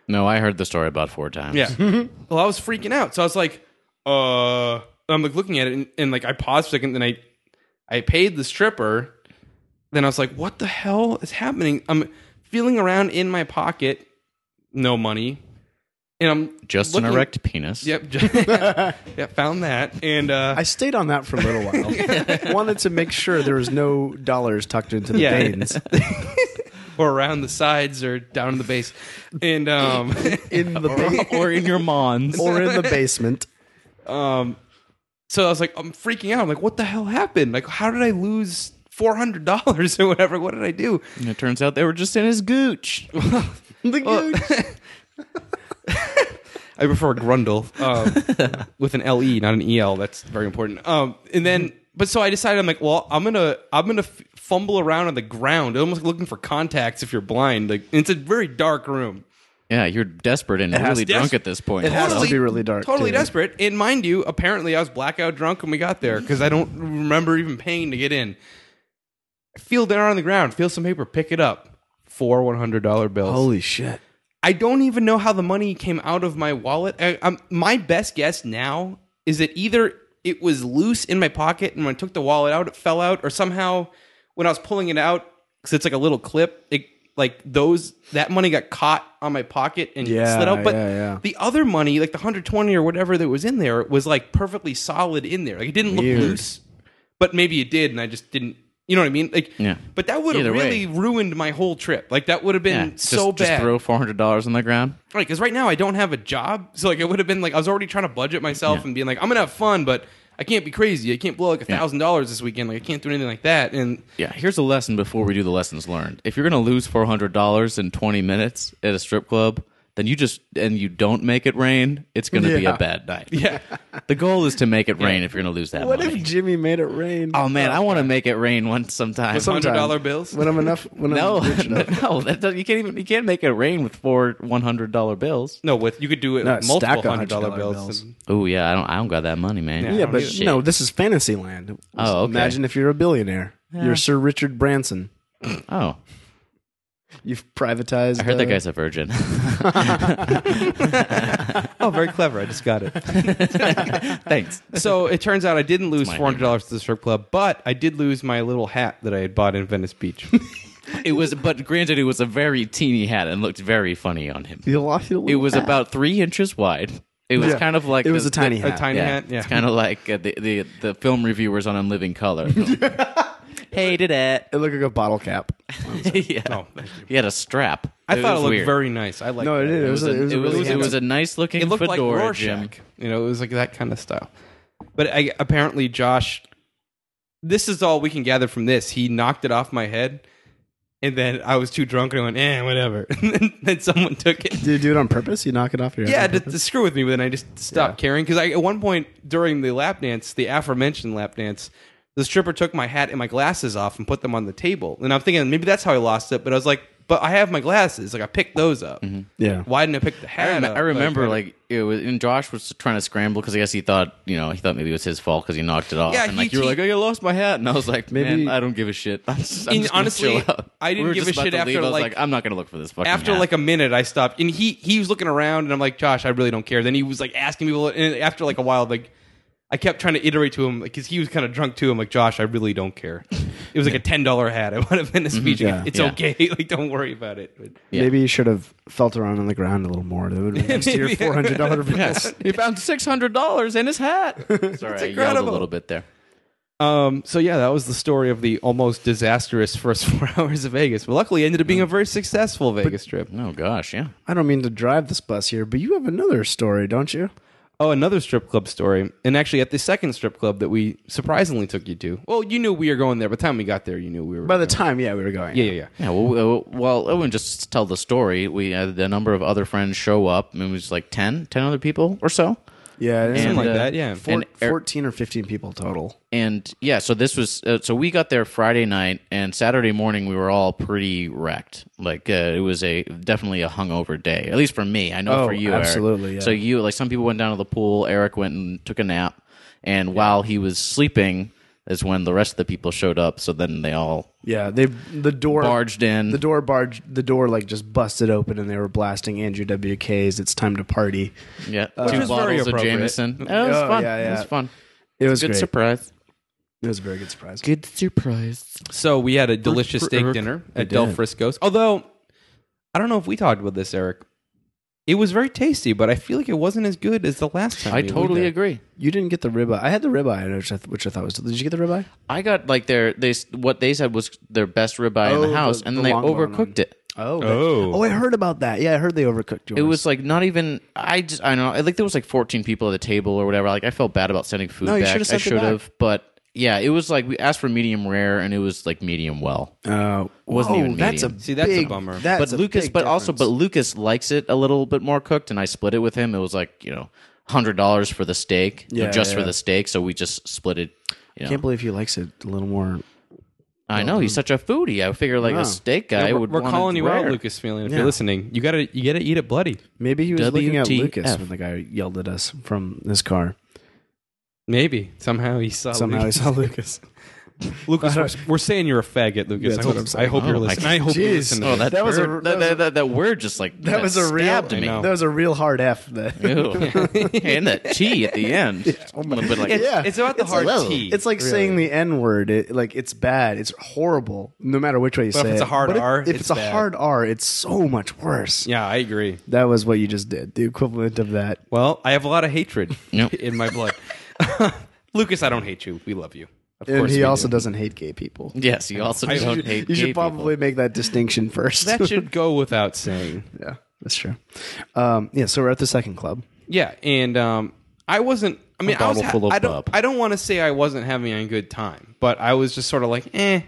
No, I heard the story about four times. Yeah. well, I was freaking out. So I was like, uh, I'm like looking at it and, and like I paused for a second. Then I, I paid the stripper. Then I was like, what the hell is happening? I'm feeling around in my pocket, no money. And I'm just an looking- erect penis. Yep. yeah, found that. And uh, I stayed on that for a little while. Wanted to make sure there was no dollars tucked into the Yeah. veins or around the sides or down in the base. And um, in the ba- or in your mons. or in the basement. So I was like, I'm freaking out. I'm like, what the hell happened? Like, how did I lose four hundred dollars or whatever? What did I do? And it turns out they were just in his gooch. The I prefer Grundle um, with an L E, not an E L. That's very important. Um, and then, but so I decided I'm like, well, I'm gonna I'm gonna f- fumble around on the ground, almost looking for contacts if you're blind. Like, and it's a very dark room. Yeah, you're desperate and has really to- drunk at this point. It has to be really dark, Totally too. desperate. And mind you, apparently I was blackout drunk when we got there because I don't remember even paying to get in. I feel down on the ground, feel some paper, pick it up. Four one hundred dollar bills. shit! I don't even know how the money came out of my wallet. I, i my best guess now is that either it was loose in my pocket and when I took the wallet out, it fell out, or somehow when I was pulling it out, because it's like a little clip, it like those that money got caught on my pocket and Yeah, slid out. But yeah, yeah. the other money, like the 120 or whatever that was in there, was like perfectly solid in there. Like it didn't look Weird. loose, but maybe it did, and I just didn't You know what I mean? Like, Yeah. But that would have Either way. really ruined my whole trip. Like, that would have been just, so just bad. throw four hundred dollars on the ground. Right, because right now I don't have a job, so like it would have been like I was already trying to budget myself and being like I'm gonna have fun, but I can't be crazy. I can't blow like a thousand dollars this weekend. Like I can't do anything like that. And Yeah, here's a lesson before we do the lessons learned. If you're going to lose $400 in 20 minutes at a strip club, then you just and you don't make it rain, it's going to be Yeah. a bad night. yeah, The goal is to make it rain if you're going to lose that What money. if Jimmy made it rain? oh man, I want to make it rain once sometime. Some- $100 bills? When I'm enough. When no, I'm rich enough. no, that, doesn't- you can't even you can't make it rain with four $100 bills. no, with you could do it No, with stack multiple of hundred dollar $100 bills. bills. And- Oh yeah, I don't I don't got that money, man. Yeah, but Oh, Shit. no, this is Fantasyland. Just Oh, okay. Imagine if you're a billionaire. You're Sir Richard Branson. Oh, You've privatized. I heard that uh, guy's a virgin. oh, very clever. I just got it. Thanks. so it turns out I didn't lose my four hundred dollars to the strip club, but I did lose my little hat that I had bought in Venice Beach. It was but granted it was a very teeny hat and looked very funny on him. You lost your It little was hat. about three inches wide. It was Yeah. kind of like It was the- a tiny a hat. tiny hat. Yeah, It's kind of like uh, the, the the film reviewers on Unliving Color. Hated it. It looked like a bottle cap. yeah. No, thank you. He had a strap. I thought it was looked weird. very nice. I like No, it, that. is. it It was, a, was. a- It was, a it was, really it was handsome- a nice looking it looked like fedora, Rorschach. Jim. You know, it was like that kind of style. But I, apparently, Josh, this is all we can gather from this. He knocked it off my head, and then I was too drunk and I went, eh, whatever. and then someone took it. Did you do it on purpose? You knock it off your head Yeah, on to, purpose? to screw with me, but then I just stopped caring because I at one point during the lap dance, the aforementioned lap dance, the stripper took my hat and my glasses off and put them on the table, and I'm thinking maybe that's how I lost it. But I was like, but I have my glasses, like I picked those up. Yeah. Why didn't I pick the hat? I, rem- up? I remember, kinda- like, it was, and Josh was trying to scramble because I guess he thought, you know, he thought maybe it was his fault because he knocked it off. Yeah, and he- like you were he- like, oh, you lost my hat, and I was like, Maybe- maybe I don't give a shit. I'm just, I'm And just gonna honestly, chill out. I didn't We were give a just about shit to after, leave. I was like- I'm not gonna look for this fucking. after hat. like a minute i stopped and he he was looking around and i'm like josh i really don't care then he was like asking people and after like a while like i kept trying to iterate to him because he was kind of drunk too i'm like josh i really don't care it was like a $10 hat i would have been a speech Mm-hmm. Yeah. it's Yeah. okay like don't worry about it Yeah. Maybe you should have felt around on the ground a little more. That would have been your four hundred dollar bills. yes, he found six hundred dollars in his hat. Sorry, I yelled a incredible. little bit there. um, so yeah that was the story of the almost disastrous first four hours of vegas but luckily it ended up being a Mm. very successful vegas trip Oh gosh, yeah. I don't mean to drive this bus here, but you have another story, don't you? Oh, another strip club story. And actually, at the second strip club that we surprisingly took you to. Well, you knew we were going there. By the time we got there, you knew we were. By the going. time, yeah, we were going. Yeah, yeah, yeah. Yeah, well, uh, well, I wouldn't just tell the story. We had a number of other friends show up. I mean, it was like 10, 10 other people or so. yeah. it is. And, Something uh, like that, yeah. Four- and Eric- fourteen or fifteen people total. And yeah, so this was uh, so we got there Friday night, and Saturday morning we were all pretty wrecked. Like uh, it was a definitely a hungover day, at least for me. I know Oh, for you, Eric. absolutely, yeah. So you like some people went down to the pool. Eric went and took a nap, and while he was sleeping, is when the rest of the people showed up. So then they all Yeah, they the door barged in. The door barged. The door like just busted open, and they were blasting Andrew WK's "It's Time to Party." yeah, Uh, Which two was very bottles of appropriate. Jameson. It was Oh, fun. yeah, It yeah. was fun. It was Good great. surprise. It was a very good surprise. Good surprise. So we had a delicious Frick, steak Eric. dinner at Del Frisco's. Although I don't know if we talked about this, Eric. It was very tasty, but I feel like it wasn't as good as the last time. I we were totally there. agree. You didn't get the ribeye. I had the ribeye, which I, th- which I thought was. Did you get the ribeye? I got like their they s- what they said was their best ribeye in Oh, the house, the- and the then they long bone overcooked one. it. Oh, Oh. oh! I heard about that. Yeah, I heard they overcooked yours. It was like not even. I just I don't know. I think there was like fourteen people at the table or whatever. Like I felt bad about sending food No, you back. should've I sent it should have, but yeah, it was like we asked for medium rare, and it was like medium well. Uh, Wasn't whoa, even that's a medium. See, that's a big- bummer. That's but a Lucas, big but also, but difference. Lucas likes it a little bit more cooked, and I split it with him. It was like you know, hundred dollars for the steak, Yeah, just for yeah. the steak. So we just split it. You know. I can't believe he likes it a little more. I know he's such a foodie. I figure like Wow. a steak guy Yeah, we're would. we're want calling it you out, rare. Lucas Feeling. If Yeah. you're listening, you gotta you gotta eat it bloody. Maybe he was looking at WTF. Lucas when the guy yelled at us from his car. Maybe somehow he Oh, saw. Somehow he Lucas. saw Lucas. Lucas, we're, we're saying you're a faggot, Lucas. that's I hope, what I I'm saying. hope you're Oh, my listening. I hope you Jeez. listen. To Oh, this. that, That was a- word- that, that was a- that, that, that word just like That was a real. stabbed me. know. That was a real hard F. That. Ew. and that T at the end. A little bit like, Oh Yeah, it's about the hard like- T, It's like saying the N word. It, like it's bad. It's horrible. No matter which way you But if say it's it. a hard But if, R, if it's it's, a bad. hard R, it's so much worse. Yeah, I agree. That was what you just did. The equivalent of that. Well, I have a lot of hatred Yep. in my blood. Lucas, I don't hate you. We love you. Of and course he we also do. doesn't hate gay people. Yes, you also You don't should- hate gay you should probably people. make that distinction first. That should go without saying. yeah, that's true. Um, yeah, so we're at the second club. Yeah, and um, I wasn't. I mean, I was. bottle Ha- full of I don't. bub. I don't want to say I wasn't having a good time, but I was just sort of like, eh. Like,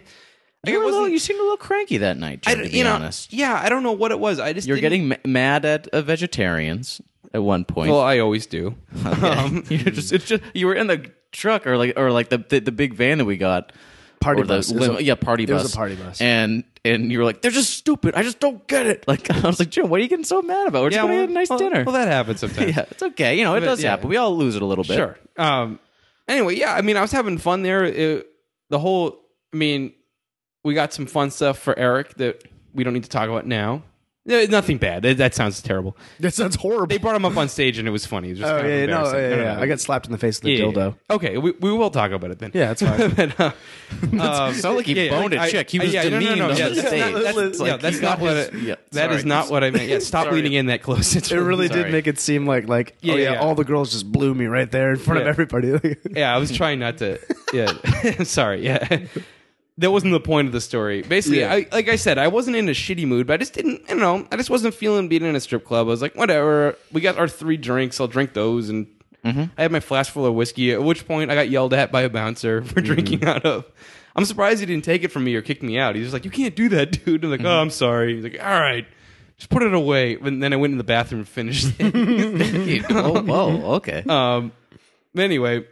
You, it were a little- wasn't- you seemed a little cranky that night, I Jim, don't- to be you know, honest. Yeah, I don't know what it was. I just You were didn't- getting ma- mad at uh, vegetarians at one point. Well, I always do. um, you just, it's just you were in the truck or like or like the the, the big van that we got. Party Or the bus. It was limo- a- yeah, party it bus. was a party bus. And and you were like, they're just stupid. I just don't get it. Like I was like, Jim, what are you getting so mad about? We're just Yeah, going to well, get a nice well- dinner. Well, that happens sometimes. yeah, it's okay. You know, it But, does yeah. happen. We all lose it a little bit. Sure. Um. Anyway, yeah. I mean, I was having fun there. It, the whole. I mean, we got some fun stuff for Eric that we don't need to talk about now. Eh, Nothing bad. That, that sounds terrible. That sounds horrible. They brought him up on stage and it was funny. It was just oh kind of yeah, no, embarrassing. yeah, I don't yeah. know. I got slapped in the face with a Yeah, yeah, dildo. yeah. Okay, we, we will talk about it then. Yeah, that's fine. but, uh, um, Sounded like he boned a chick. He was demeaned on yeah, the that's stage. Not, that's, Like, yeah, he that's got not what. his- It, yeah, that is sorry. not what I meant. Yeah, stop Sorry. leaning in that close. It's It really Sorry. did make it seem like like oh Yeah, yeah, yeah. all the girls just blew me right there in front Yeah. of everybody. Yeah, I was trying not to. Yeah, sorry. Yeah, that wasn't the point of the story. Basically, Yeah. I, like I said, I wasn't in a shitty mood, but I just didn't. I don't know. I just wasn't feeling being in a strip club. I was like, whatever. We got our three drinks. I'll drink those, and I had my flask full of whiskey. At which point, I got yelled at by a bouncer for drinking out of. I'm surprised he didn't take it from me or kick me out. He's just like, you can't do that, dude. I'm like, oh, I'm sorry. He's like, all right. Just put it away. And then I went in the bathroom and finished it. oh, whoa, okay. um, anyway,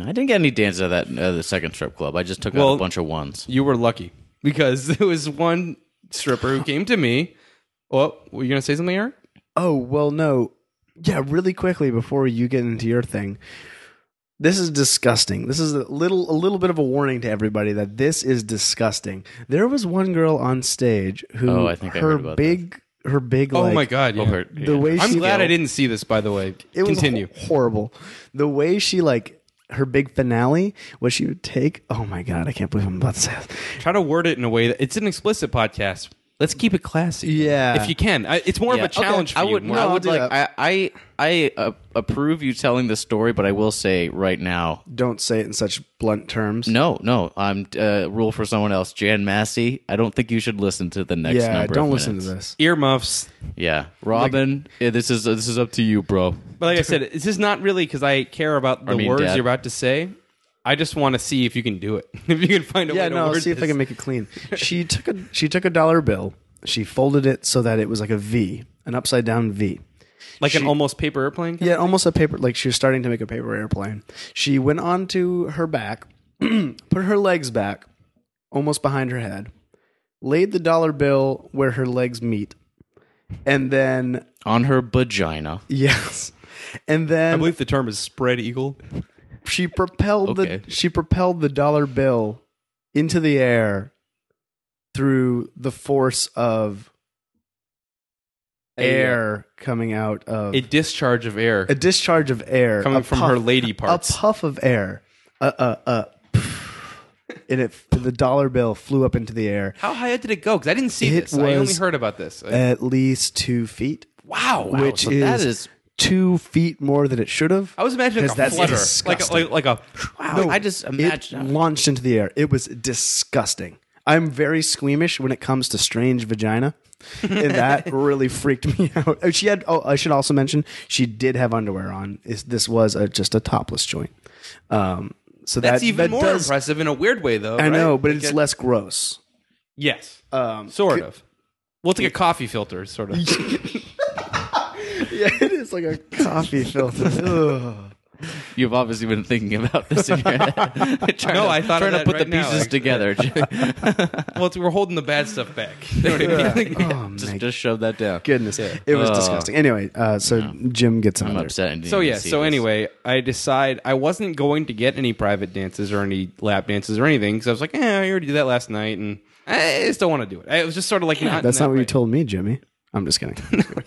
I didn't get any dances at that uh, the second strip club. I just took out Well- a bunch of ones. You were lucky because there was one stripper who came to me. Well, were you gonna say something, Eric? Oh, well, no. Yeah, really quickly before you get into your thing. This is disgusting. This is a little a little bit of a warning to everybody that this is disgusting. There was one girl on stage who Oh, I think I her heard about big her big oh like, my god! yeah. Oh, her- the way I'm she glad I didn't see this. By the way, it was continue. ho- horrible. The way she like her big finale was she would take oh my god, I can't believe I'm about to say this. Try to word it in a way that it's an explicit podcast. Let's keep it classy. Yeah. if you can. I, it's more Yeah. of a challenge. Okay, for I you, would, more- I I'll would do like. I that. I, I uh, approve you telling this story, but I will say right now, Don't say it in such blunt terms. no, no. I'm uh, rule for someone else. Jan Massey. I don't think you should listen to the next. yeah, number don't of listen minutes. to this. earmuffs. Yeah, Robin. eh, this is this is up to you, bro. But like I said, this is not really because I care about the mean, words Dad. you're about to say. I just want to see if you can do it. if you can find a yeah, way to no. word See if I this. can make it clean. She took a she took a dollar bill. She folded it so that it was like a V, an upside down V. like an she- almost paper airplane. kind Yeah, almost a paper. Like she was starting to make a paper airplane. She went onto her back, put her legs back, almost behind her head, laid the dollar bill where her legs meet, and then On her vagina. yes, and I then believe the term is spread eagle. she propelled Okay. the she propelled the dollar bill into the air through the force of air coming out of a discharge of air a discharge of air coming a from puff- her lady a parts. puff of air uh uh uh and it the dollar bill flew up into the air How high did it go? Because I didn't see It this. I only was- heard about this. at least two feet wow, which so is, that is- two feet more than it should have I was imagining like a that's flutter, like a, disgusting. like, like a. Wow. I just It imagine. launched into the air. It was disgusting. I'm very squeamish when it comes to strange vagina, and that really freaked me out. Oh, She had. Oh, I should also mention she did have underwear on. Is this was a, just a topless joint? Um, so That's that, even that more does- impressive in a weird way, though. I right? know, but Like it's a- less gross. yes, Um, sort of. Well, it's like a coffee filter, sort of. yeah, it is like a coffee filter. Ugh. You've obviously been thinking about this in your head. Trying No, to- I thought trying to of that put the right now, pieces actually. together. well, it's, we're holding the bad stuff back. You know what I mean? Like, Oh just, my just shove that down. goodness, it was disgusting. Anyway, uh, so Jim gets I'm another. upset. I didn't So even yeah. see So this. anyway, I decide I wasn't going to get any private dances or any lap dances or anything because I was like, eh, I already did that last night, and I just don't want to do it. I was just sort of like, not in That's that not what way. you told me, Jimmy. I'm just kidding.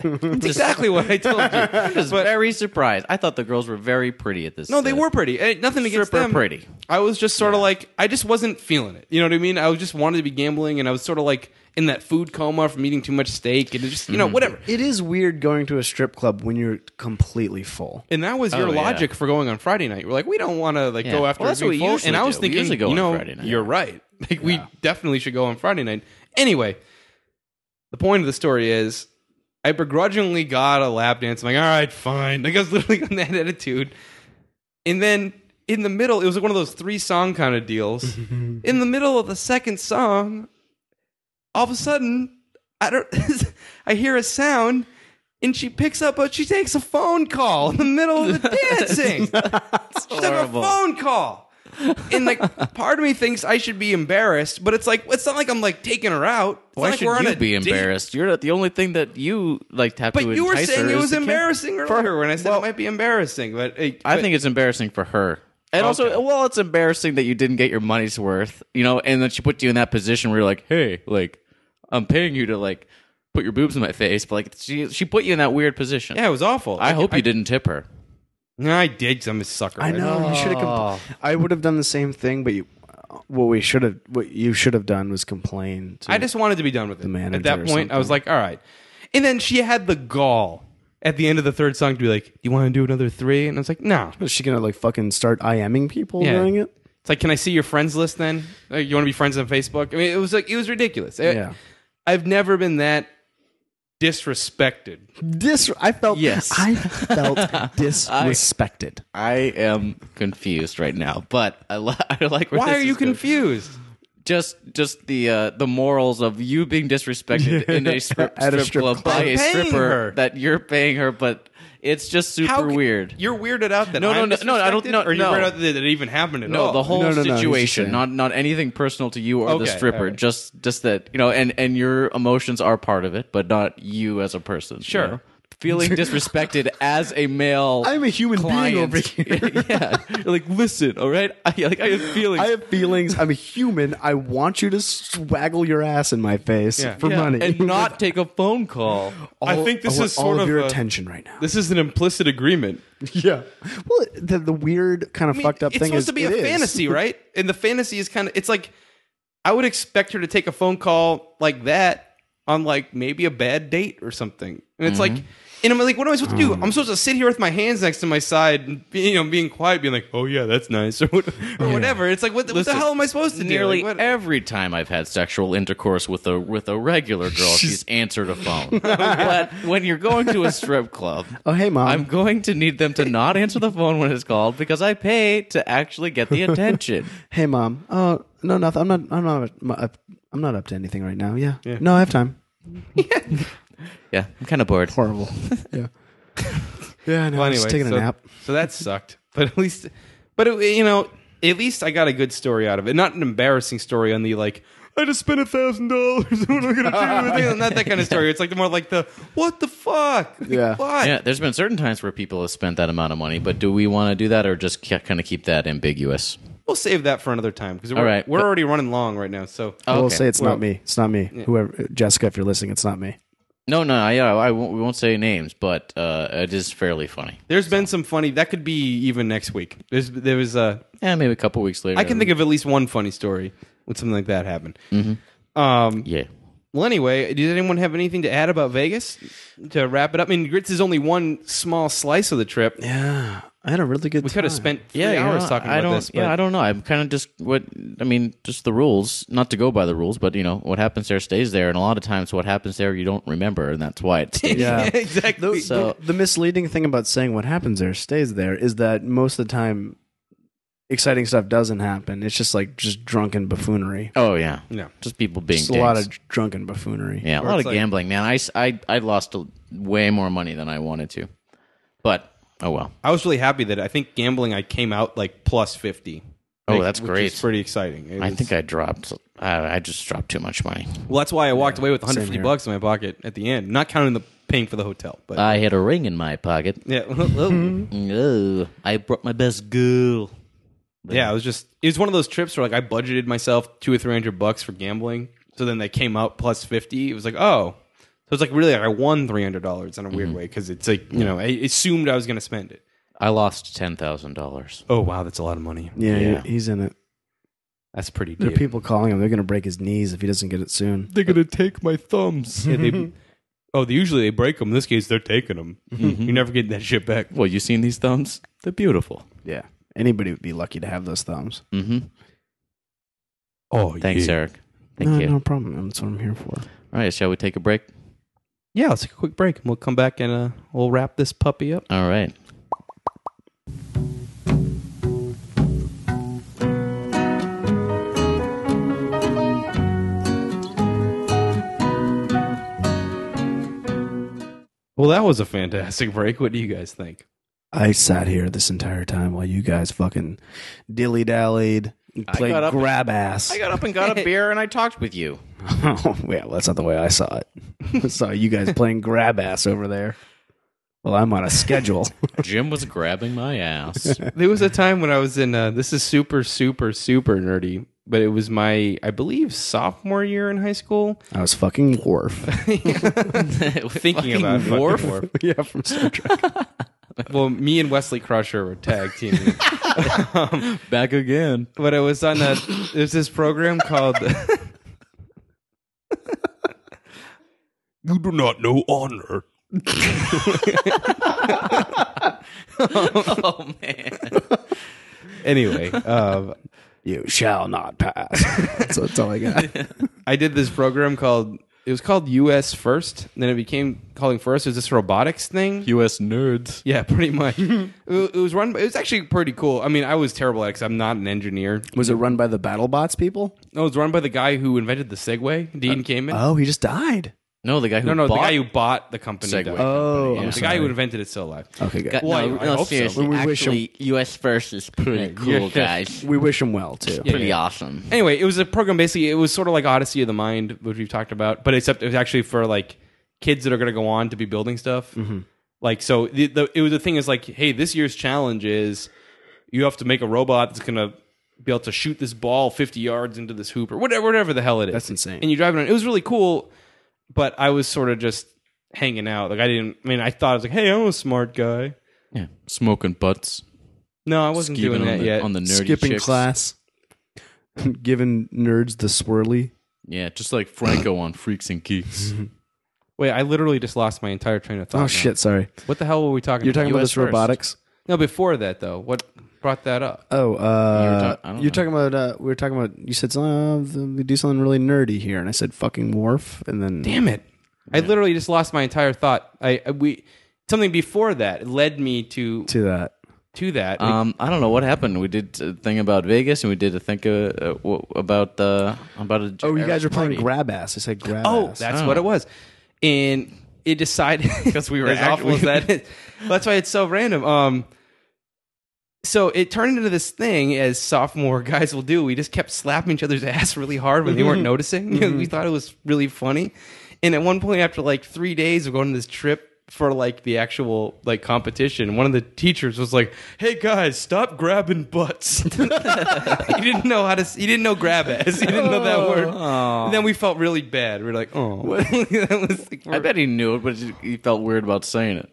That's exactly what I told you. I was very surprised. I thought the girls were very pretty at this. No, they uh, were pretty. Eh, nothing against Stripper them. pretty. I was just sort of like I just wasn't feeling it. You know what I mean? I was just wanted to be gambling, and I was sort of like in that food coma from eating too much steak, and it just you know whatever. it is weird going to a strip club when you're completely full. And that was your Oh, yeah. logic for going on Friday night. We're like, we don't want to like Yeah. go after. Well, that's being what we full. usually And I do. was We thinking, usually go you on know, Friday night. you're right. Like we definitely should go on Friday night. Anyway, the point of the story is, I begrudgingly got a lap dance. I'm like, all right, fine. Like I was literally on that attitude. And then in the middle, it was like one of those three song kind of deals. in the middle of the second song, all of a sudden, I don't. I hear a sound, and she picks up, but she takes a phone call in the middle of the dancing. She's like a horrible. phone call, and like part of me thinks I should be embarrassed, but it's like it's not like I'm like taking her out. It's Why not like should we're on you a be date. embarrassed? You're not the only thing that you like have But to you were entice saying her it is was the kid. embarrassing earlier when I said it might be embarrassing, but I I think it's embarrassing for her. And also, well, it's embarrassing that you didn't get your money's worth, you know, and then she put you in that position where you're like, hey, like, I'm paying you to, like, put your boobs in my face, but, like, she, she put you in that weird position. yeah, it was awful. I hope you didn't tip her. No, I did. 'cause I'm a sucker. I know you should have. Compl- I would have done the same thing, but you, what we should have, what you should have done was complain. To, I just wanted to be done with it. manager at that or point, I was like, all right. And then she had the gall at the end of the third song to be like, "Do you want to do another three? And I was like, "No." is she gonna like fucking start IMing people Yeah. during it? It's like, "Can I see your friends list then? Like, you want to be friends on Facebook?" I mean, it was like it was ridiculous. I- Yeah. I've never been that disrespected. Dis. I felt. Yes. I felt disrespected. I am confused right now, but I, li- I like where Why this are you is going. confused? Just, just the uh, the morals of you being disrespected in a strip, At a strip strip club club. by a I'm paying stripper her. that you're paying her, but it's just super How c- weird. You're weirded out that No, no, I'm no, no, I don't- disrespected? no, Or you're no. weirded out that it even happened at Oh, No, all. the whole No, no, no, he's just situation, saying- not not anything personal to you or Okay, the stripper. alright. Just just that you know, and and your emotions are part of it, but not you as a person. you Sure. know? feeling disrespected as a male. I'm a human being client. over here. yeah, You're like listen, all right. I like I have feelings. I have feelings. I'm a human. I want you to swaggle your ass in my face Yeah. for Yeah, money. and not take a phone call. I All- think this I want is all sort of, of your a- attention right now. This is an implicit agreement. yeah. Well, the, the weird kind of mean, fucked up it's thing supposed is to be it a is. fantasy, right? And the fantasy is kind of it's like I would expect her to take a phone call like that on like maybe a bad date or something. And it's Mm-hmm. like and I'm like, what am I supposed to do? Mm. I'm supposed to sit here with my hands next to my side and be, you know, being quiet, being like, oh yeah, that's nice or, what, or whatever. It's like, what, the- what the hell am I supposed to do? Nearly Like, what- every time I've had sexual intercourse with a with a regular girl, she's answered a phone. Uh-huh. But when you're going to a strip club, Oh, hey, mom. I'm going to need them to not answer the phone when it's called because I pay to actually get the attention. hey, mom. Oh, no, nothing. I'm not. I'm not. I'm up, I'm not up to anything right now. Yeah. No, I have time. Yeah, I'm kind of bored. Horrible. yeah. Yeah. No, Well, anyway, I'm just taking so, a nap. so that sucked. But at least, but it, you know, at least I got a good story out of it. Not an embarrassing story on the like. I just spent a thousand dollars. What am I gonna do? with it? Not that kind of story. It's like more like the what the fuck. Yeah. What? Yeah, there's been certain times where people have spent that amount of money, but do we want to do that or just kind of keep that ambiguous? We'll save that for another time because we're, right, Uh, we're but- already running long right now. So I will Okay. say it's Oh, Well- not me. It's not me. Whoever, Jessica, if you're listening, it's not me. No, no, I, uh, I won't, we won't say names, but uh, it is fairly funny. there's been some funny. That could be even next week. There's there was a. Yeah, maybe a couple weeks later. I can think of at least one funny story when something like that happened. Um, Yeah. Well, anyway, did anyone have anything to add about Vegas to wrap it up? I mean, grits is only one small slice of the trip. Yeah. I had a really good. We could have spent three you hours know, talking I about don't, this. Yeah, but- I don't know. I'm kind of just what I mean, just the rules. Not to go by the rules, but you know what happens there stays there, and a lot of times what happens there you don't remember, and that's why it stays. Yeah. exactly. The, So- the, the misleading thing about saying what happens there stays there is that most of the time, exciting stuff doesn't happen. It's just like just drunken buffoonery. Oh yeah, Yeah. Just people being Just a lot dicks. of drunken buffoonery. yeah, a it's lot of like- gambling, man. I, s- I I lost a, way more money than I wanted to, but oh well. I was really happy that I think gambling I came out like plus fifty. Oh, Like, that's which great. It's pretty exciting. It I was- think I dropped. I, I just dropped too much money. well, that's why I walked away with one hundred same fifty here. bucks in my pocket at the end, not counting the paying for the hotel. But I had a ring in my pocket. yeah, well, Oh, I brought my best girl. yeah, it was just it was one of those trips where like I budgeted myself two or three hundred bucks for gambling, so then they came out plus fifty. It was like, oh, So it's like really like I won three hundred dollars in a weird way because it's like you know I assumed I was going to spend it. I lost ten thousand dollars. Oh wow, that's a lot of money. Yeah, Yeah. he- he's in it. That's pretty There deep. are people calling him. They're going to break his knees if he doesn't get it soon. They're gonna take my thumbs. Yeah, they, oh, they usually they break them. In this case, they're taking them. You're never getting that shit back. Well, you seen these thumbs? They're beautiful. Yeah. Anybody would be lucky to have those thumbs. hmm Oh, Thanks, yeah. Eric. Thank no, you. no problem. That's what I'm here for. All right, shall we take a break? Yeah, let's take a quick break and we'll come back and uh, we'll wrap this puppy up. All right. Well, that was a fantastic break. What do you guys think? I sat here this entire time while you guys fucking dilly dallied, played got up- grab ass. I got up and got a beer and I talked with you. oh, yeah, well, that's not the way I saw it. I saw you guys playing grab ass over there. Well, I'm on a schedule. Jim was grabbing my ass. There was a time when I was in. Uh, this is super, super, super nerdy, but it was my, I believe, sophomore year in high school. I was fucking Worf. Thinking about fucking Worf? Worf. yeah, from Star Trek. Well, me and Wesley Crusher were tag teaming. Back again. but I was on a there's this program called You do not know honor. Oh man. Anyway, um, You shall not pass. that's, that's all I got. I did this program called it was called US First, and then it became calling first. It was this robotics thing. U.S. nerds. yeah, pretty much. it, it was run. By, it was actually pretty cool. I mean, I was terrible at it because I'm not an engineer. Was it run by the BattleBots people? No, it was run by the guy who invented the Segway, Dean Kamen. Oh, he just died. No, the guy who no, no, the bought guy who bought the company. Segway. died. Oh, Yeah, I'm the sorry. guy who invented it's still alive. Okay, good. Got- Well, I- no, I no, hope so. seriously. We wish Actually, U.S. first is pretty cool, guys. We wish him well too. Pretty awesome. anyway, it was a program. Basically, it was sort of like Odyssey of the Mind, which we've talked about, but except it was actually for like kids that are going to go on to be building stuff. Like, so the, the it was the thing is like, hey, this year's challenge is you have to make a robot that's going to be able to shoot this ball fifty yards into this hoop or whatever, whatever the hell it is. That's insane. And you drive it. on. It was really cool, but I was sort of just hanging out. Like, I didn't. I mean, I thought I was like, hey, I'm a smart guy. Yeah, smoking butts, No, I wasn't skipping doing on that the, yet. on the nerdy Skipping chicks. class, giving nerds the swirly. Yeah, just like Franco on Freaks and Geeks. Wait, I literally just lost my entire train of thought. Oh now. shit! Sorry, What the hell were we talking? you're about? talking about US this robotics. No, before that though, what brought that up? You Oh, were uh, talk- I don't you're know. talking about uh, we were talking about. You said uh, we do something really nerdy here, and I said fucking wharf, and then Damn it! I literally just lost my entire thought. I, I we something before that led me to to, to that. that. Uh, Um, I don't know what happened. We did a thing about Vegas, and we did a thing uh, uh, w- about uh, about a. Oh, you guys are playing grab ass. I said grab oh, ass. that's Oh. what it was, and it decided because we were as awful as that is. That's why it's so random. Um. So it turned into this thing, as sophomore guys will do. We just kept slapping each other's ass really hard when they Mm-hmm. weren't noticing. we thought it was really funny. And at one point, after like three days of going on this trip for like the actual like competition, one of the teachers was like, "Hey guys, stop grabbing butts." he didn't know how to. s- He didn't know grab ass. He didn't know that word. And then we felt really bad. We were like, "Oh." that was like, I bet he knew it, but he- he felt weird about saying it.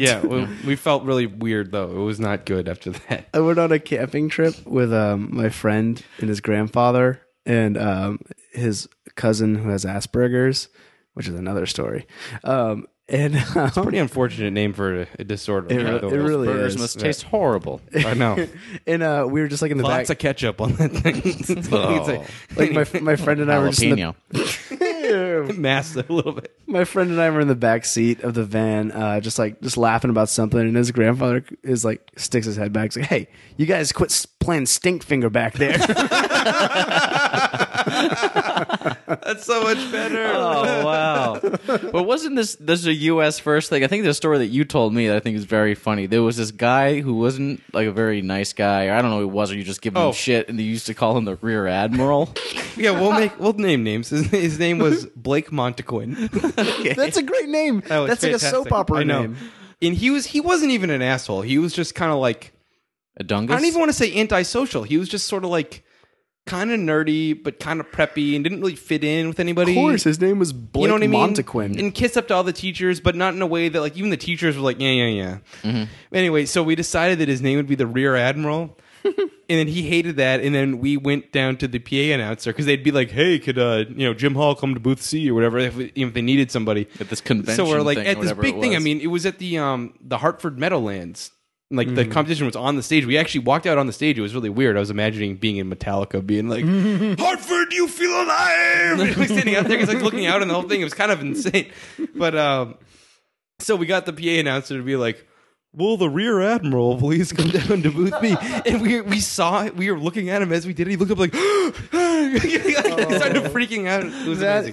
yeah, we, we felt really weird though. It was not good after that. I went on a camping trip with um, my friend and his grandfather and um, his cousin who has Asperger's, which is another story. Um, and um, Pretty unfortunate name for a, a disorder. It re- though. it really Burgers is. must taste horrible. I know. and uh, we were just like in the Lots back. of ketchup on that thing. It's like- like my my friend and I were just in the, Jalapeno. massive a little bit. my friend and I were in the back seat of the van, uh, just like just laughing about something. And his grandfather is like sticks his head back, he's like, "Hey, you guys quit s- playing stink finger back there." That's so much better. Oh wow! but wasn't this this is a U.S. first thing? I think the story that you told me that I think is very funny. There was this guy who wasn't like a very nice guy. I don't know who he was, or you just giving Oh. him shit, and they used to call him the Rear Admiral. Yeah, we'll make we'll name names. His, his name was Blake Montequin. That's a great name. That was That's like a fantastic. soap opera I know. name. And he was he wasn't even an asshole. He was just kind of like A dungus. I don't even want to say antisocial. He was just sort of like kind of nerdy but kind of preppy and didn't really fit in with anybody. Of course, his name was Blake you know what I mean? Montequin. And kiss up to all the teachers, but not in a way that like even the teachers were like, yeah, yeah, yeah. Mm-hmm. Anyway, so we decided that his name would be the Rear Admiral. and then he hated that, and then we went down to the PA announcer because they'd be like, "Hey, could uh, you know Jim Hall come to booth C or whatever if, if they needed somebody At this convention So we're like thing or at this whatever big it thing. I was. mean, it was at the um the Hartford Meadowlands. Like the competition was on the stage. We actually walked out on the stage. It was really weird. I was imagining being in Metallica, being like, "Hartford, you feel alive!" like standing out there, he's like looking out, and the whole thing. It was kind of insane. But um, so we got the PA announcer to be like, "Will the rear admiral please come down to booth B?" And we we saw it. We were looking at him as we did. it. He looked up like, he started Oh. freaking out. It was That- amazing.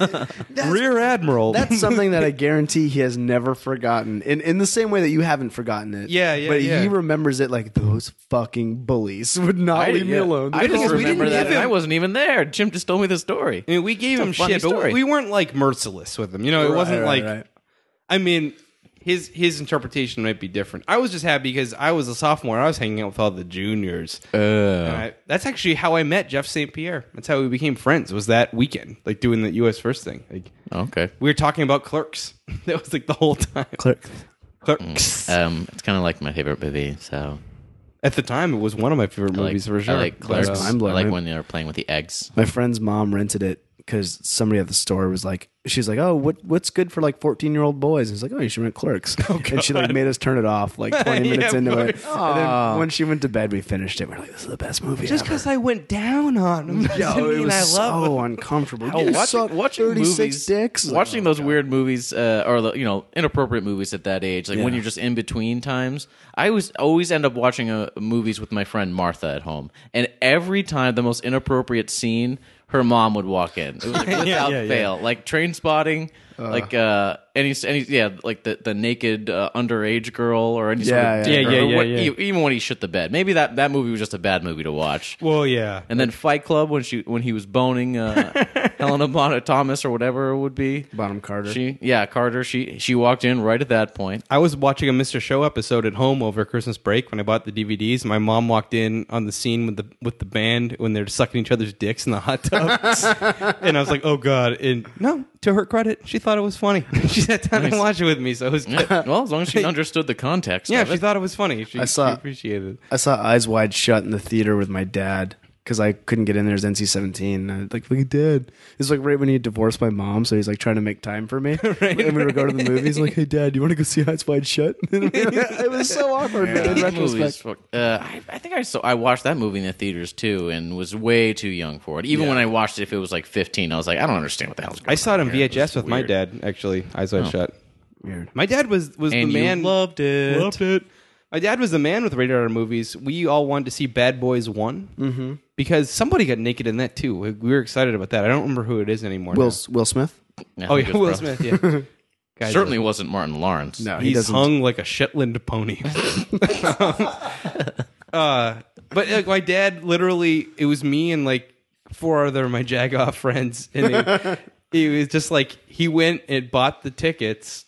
that's- rear admiral. That's something that I guarantee he has never forgotten. In in the same way that you haven't forgotten it. Yeah, yeah, But yeah. he remembers it like those fucking bullies would not leave me yeah. alone. I thing don't is we remember didn't that. give and I him- wasn't even there. Jim just told me the story. I mean, we gave a him funny shit, but story. we weren't like merciless with him. You know, it Right, wasn't right, like right. I mean, his his interpretation might be different. I was just happy because I was a sophomore. I was hanging out with all the juniors. And I- that's actually how I met Jeff St. Pierre. That's how we became friends. Was that weekend, like doing the U.S. First thing. Like okay. we were talking about clerks. that was like the whole time. Clerk. Clerks. Um, it's kind of like my favorite movie. So At the time, it was one of my favorite I like, movies for sure. I like But, Clerks. uh, I mind blowing, like right? when they're playing with the eggs. My friend's mom rented it because somebody at the store was like, she's like, oh, what what's good for like fourteen year old boys? And he's like, oh, you should rent Clerks. and she like made us turn it off like twenty Yeah, minutes into of it. And then when she went to bed, we finished it. We're like, this is the best movie. just ever. because I went down on him doesn't Yo, it mean was I love him. so uncomfortable. You suck Oh, watching 36 movies, dicks. Oh, Like, watching those weird movies uh, or the- you know inappropriate movies at that age, like when you're just in between times. I was always end up watching uh, movies with my friend Martha at home, and every time the most inappropriate scene, her mom would walk in it was like, without yeah, yeah. fail, like Train Spotting, like uh, any any yeah, like the the naked uh, underage girl or any Yeah, sort of yeah, dick, yeah, or yeah, what- yeah. e- even when he shit the bed. Maybe that that movie was just a bad movie to watch. Well, yeah. And then Fight Club when she when he was boning uh, Helena Bonham Thomas or whatever it would be. Bottom Carter. She yeah, Carter. She she walked in right at that point. I was watching a Mr. Show episode at home over Christmas break when I bought the DVDs. My mom walked in on the scene with the with the band when they're sucking each other's dicks in the hot tub, and I was like, "Oh God!" And no, to her credit, she thought it was funny. she sat down and watched it with me, so it was good. Yeah, Well, as long as she understood the context. of she it. thought it was funny. She, I saw- she appreciated it. I saw Eyes Wide Shut in the theater with my dad because I couldn't get in there as NC seventeen. I was like, look at dad. It's like right when he divorced my mom, so he's like trying to make time for me. and we were going to the movies. Like, hey dad, you want to go see Eyes Wide Shut? it was so awkward. man, in That retrospect. movie's fuck- uh, I, I think I saw I watched that movie in the theaters too, and was way too young for it. Even when I watched it, if it was like 15, I was like, I don't understand what the hell's going on. I saw it on here. VHS with my dad. Actually, eyes wide shut. Weird. My dad was was And the you man. loved it. Loved it. My dad was the man with radar movies. We all wanted to see Bad Boys One mm-hmm. because somebody got naked in that too. We we were excited about that. I don't remember who it is anymore. Will now. Will Smith? Yeah, Oh I think it yeah, was Will rough. Smith. Yeah, Guys, Certainly wasn't Martin Lawrence. No, he he's doesn't. hung like a Shetland pony. uh, but like my dad, literally, it was me and like four other of my Jagoff friends, and it, it was just like he went and bought the tickets,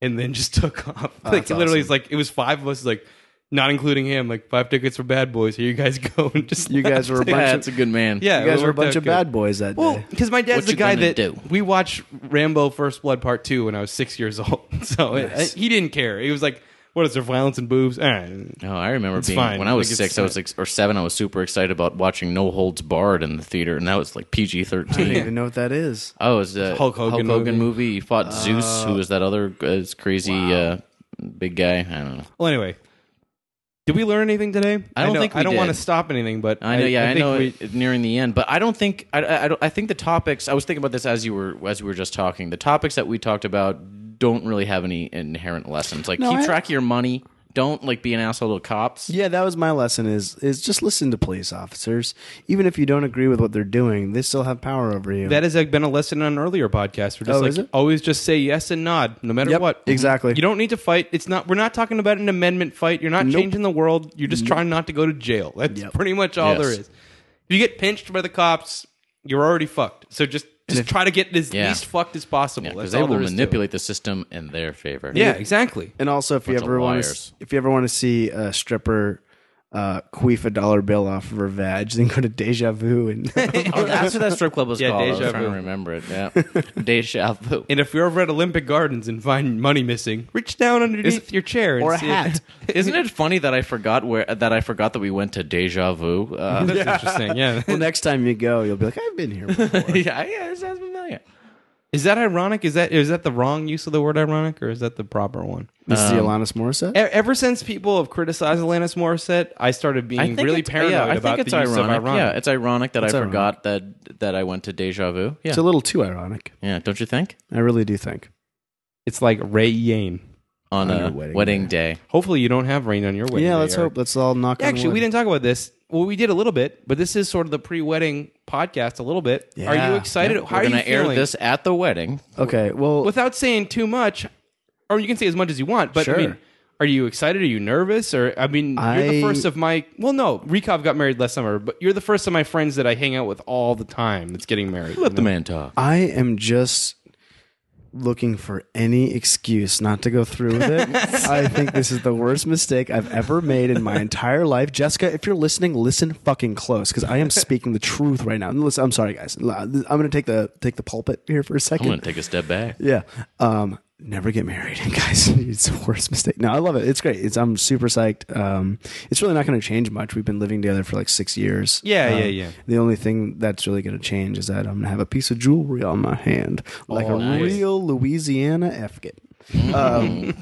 and then just took off. like Oh, that's he literally, awesome. it's like it was five of us, like not including him, like five tickets for Bad Boys. Here you guys go, and just You guys left. were a Yeah, bunch that's a of good man. yeah, you it guys were a worked bunch out of good. bad boys that Well, day. because my dad's What the you guy gonna that do? we watched Rambo: First Blood Part Two when I was six years old, so it- he didn't care. He was like, "What is there? Violence and boobs?" Eh. All right. Oh, I remember being fine. when I was Like, it's six, I was ex- or seven. I was super excited about watching No Holds Barred in the theater, and that was like PG I don't thirteen. even know what that is. Oh, it was the Hulk Hogan movie. Uh, movie. He fought Zeus, who was that other uh, this crazy uh, big guy. I don't know. Well, anyway, did we learn anything today? I don't know- think we I don't did. want to stop anything, but I know. yeah, I, think know. we- it- nearing the end, but I don't think. I, I, I don't. I think the topics. I was thinking about this as you were as we were just talking. The topics that we talked about don't really have any inherent lessons. Like No, keep I- track of your money. Don't like be an asshole to cops. Yeah, that was my lesson is is just listen to police officers. Even if you don't agree with what they're doing, they still have power over you. that has like, been a lesson on an earlier podcast. We're just Oh, like is it? always just say yes and nod, no matter Yep, what. exactly. You don't need to fight. It's not. We're not talking about an amendment fight. You're not changing the world. You're just trying not to go to jail. That's Yep. pretty much all Yes. there is. If you get pinched by the cops, you're already fucked. So just just try to get as Yeah. least fucked as possible. because That's they all will there is to it. manipulate the system in their favor. Yeah, exactly. And also, if you Bunch of ever want liars. to, if you ever want to see a stripper uh, queef a dollar bill off of her vag, then go to Deja Vu and Oh, that's what that strip club was Yeah, called. I was Deja trying to Vu. remember it. Yeah, deja vu. And if you're over at Olympic Gardens and find money missing, reach down underneath your chair and or a see hat. It. Isn't it funny that I forgot where that I forgot that we went to deja vu? Uh, That's interesting. Yeah. Well, next time you go, you'll be like, I've been here before. yeah, yeah, it sounds familiar. Is that ironic? Is that is that the wrong use of the word ironic, or is that the proper one? This is the Alanis Morissette. E- Ever since people have criticized Alanis Morissette, I started being really it's- paranoid yeah, I about think it's the use ironic. of ironic. Yeah, it's ironic that It's I ironic. forgot that that I went to deja vu. Yeah, It's a little too ironic. yeah, don't you think? I really do think. It's like Ray Yane. On, On a your wedding, wedding day. Hopefully, you don't have rain on your wedding. yeah, day, let's Eric. hope. Let's all knock on Actually, wood. we didn't talk about this. Well, we did a little bit, but this is sort of the pre-wedding podcast. A little bit. Are you Yeah. excited? How We're are you gonna air feeling? this at the wedding. Okay, well, without saying too much, or you can say as much as you want. But Sure. I mean, are you excited? Are you nervous? Or I mean, you're the I- first of my. Well, no, Rikov got married last summer, but you're the first of my friends that I hang out with all the time. That's getting married. Let the man talk. I am just looking for any excuse not to go through with it. I think this is the worst mistake I've ever made in my entire life. Jessica, if you're listening, listen fucking close because I am speaking the truth right now. And listen, I'm sorry, guys. L- I'm going to take the take the pulpit here for a I'm second. gonna take a step back. Yeah. Um, never get married, guys. It's the worst mistake. No, I love it. It's great. It's I'm super psyched. Um, it's really not going to change much. We've been living together for like six years. Yeah, Um, yeah, yeah. The only thing that's really going to change is that I'm going to have a piece of jewelry on my hand, like Oh, a nice. real Louisiana effkin. Um,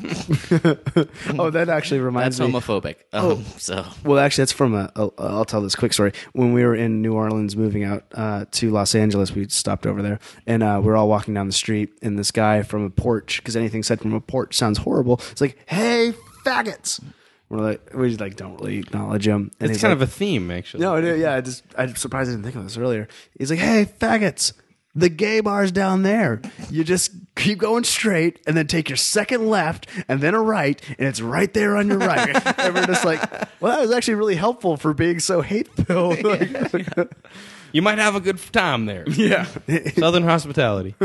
oh, that actually reminds That's me. Oh. homophobic. Um, so Well, actually, that's from a. a. I'll tell this quick story. When we were in New Orleans, moving out uh, to Los Angeles, we stopped over there, and uh, we are all walking down the street, and this guy from a porch, because anything said from a porch sounds horrible. It's like, "Hey, faggots!" We're like, we just like don't really acknowledge him. It's And he's kind of like, a theme, actually. no, it is- yeah, I just I'm surprised I didn't think of this earlier. He's like, "Hey, faggots, the gay bar's down there. You just keep going straight, and then take your second left, and then a right, and it's right there on your right." and we're just like, "Well, that was actually really helpful for being so hateful." you might have a good time there. Yeah, Southern hospitality.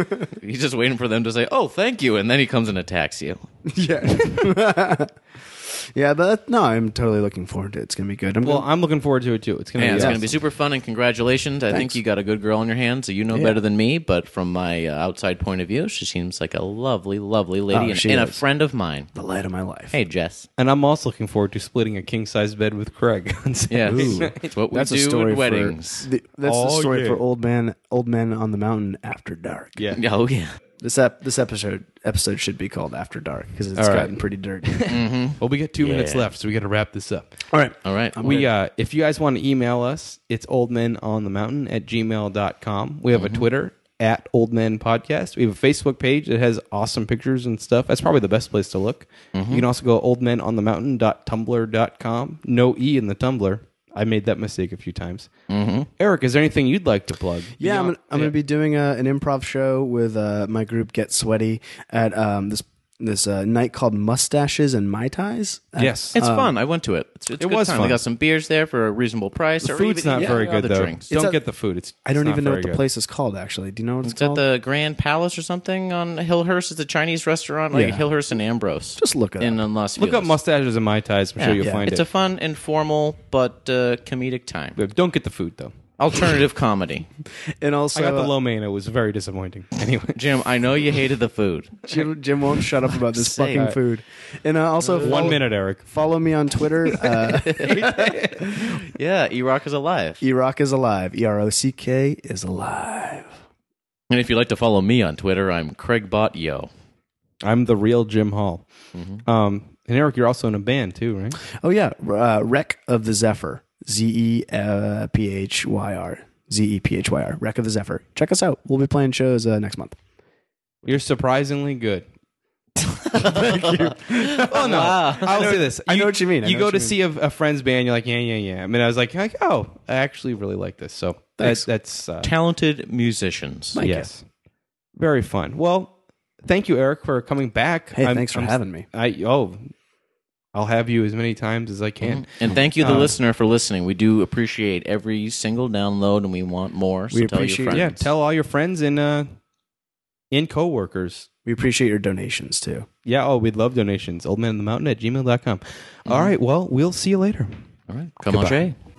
he's just waiting for them to say, "Oh, thank you," and then he comes and attacks you. yeah, yeah, but no, I'm totally looking forward to it. It's gonna be good. I'm Well, gonna- I'm looking forward to it too. It's gonna Yeah, be. it's going to awesome. be super fun, and congratulations. I think Thanks. you got a good girl on your hands, so you know better than me. But from my uh, outside point of view, she seems like a lovely, lovely lady Oh, and, she and a is. friend of mine. the light of my life. Hey, Jess. And I'm also looking forward to splitting a king size bed with Craig. On Yeah, Saturday. that's what we that's do a story at weddings. For, the, that's the Oh, story yeah. for old man, old men on the mountain after dark. yeah. Oh yeah, This ep- this episode episode should be called After Dark because it's All right. gotten pretty dirty. Well, we got two minutes Yeah. left, so we got to wrap this up. All right. all right. We uh, if you guys want to email us, it's oldmenonthemountain at gmail.com. We have a Twitter at Old Men Podcast. We have a Facebook page that has awesome pictures and stuff. That's probably the best place to look. You can also go oldmenonthemountain.tumblr.com. No E in the Tumblr. I made that mistake a few times. Eric, is there anything you'd like to plug? Yeah, I'm, Beyond- gonna- I'm going to be doing a, an improv show with uh, my group Get Sweaty at um, this this uh, night called Mustaches and Mai Tais. At- Yes. it's fun. I went to it. It's, it's it good was time. fun. They got some beers there for a reasonable price. the or food's even- not yeah, very the good, though. Drinks. Don't at- get the food. It's I it's don't not even know very what the good. place is called. Actually, do you know what it's, It's at called? the Grand Palace or something on Hillhurst. It's a Chinese restaurant, like Yeah. Hillhurst and Ambrose. Just look it in up. in Los uh, Look up Feliz. mustaches and mai tais. I'm sure you'll Yeah. find It's a it. fun, informal, but uh, comedic time. But don't get the food though. Alternative comedy. and also, I got the uh, lo mein. It was very disappointing. Anyway. Jim, I know you hated the food. Jim, Jim won't shut up about this Sake. fucking food. And uh, also, One follow- minute, Eric. Follow me on Twitter. Uh, Yeah, Iraq is alive. Erock is alive. E R O C K is alive. And if you'd like to follow me on Twitter, I'm CraigBotYo. I'm the real Jim Hall. Mm-hmm. Um, and Eric, you're also in a band too, right? Oh yeah, uh, Wreck of the Zephyr. Z e uh, p h y r. Z e p h y r. Wreck of the Zephyr. Check us out. We'll be playing shows uh, next month. You're surprisingly good. Thank you. oh no, I'll say this. I know what you mean. I You know go what to you mean. see a, a friend's band. You're like, yeah, yeah, yeah. I mean, I was like, like oh, I actually really like this. So that, Thanks. that's uh, Talented musicians. Thank you. yes, very fun. Well, thank you, Eric, for coming back. Hey, thanks for having me. I oh, I'll have you as many times as I Mm-hmm. can. And thank you, the listener, for listening. We do appreciate every single download, and we want more. So We tell your appreciate- friends. Yeah, tell all your friends and uh, and coworkers. We appreciate your donations too. Yeah, oh, we'd love donations. Oldmanthemountain at gmail.com. All right, well, we'll see you later. All right. Mm-hmm. Come on, Shay.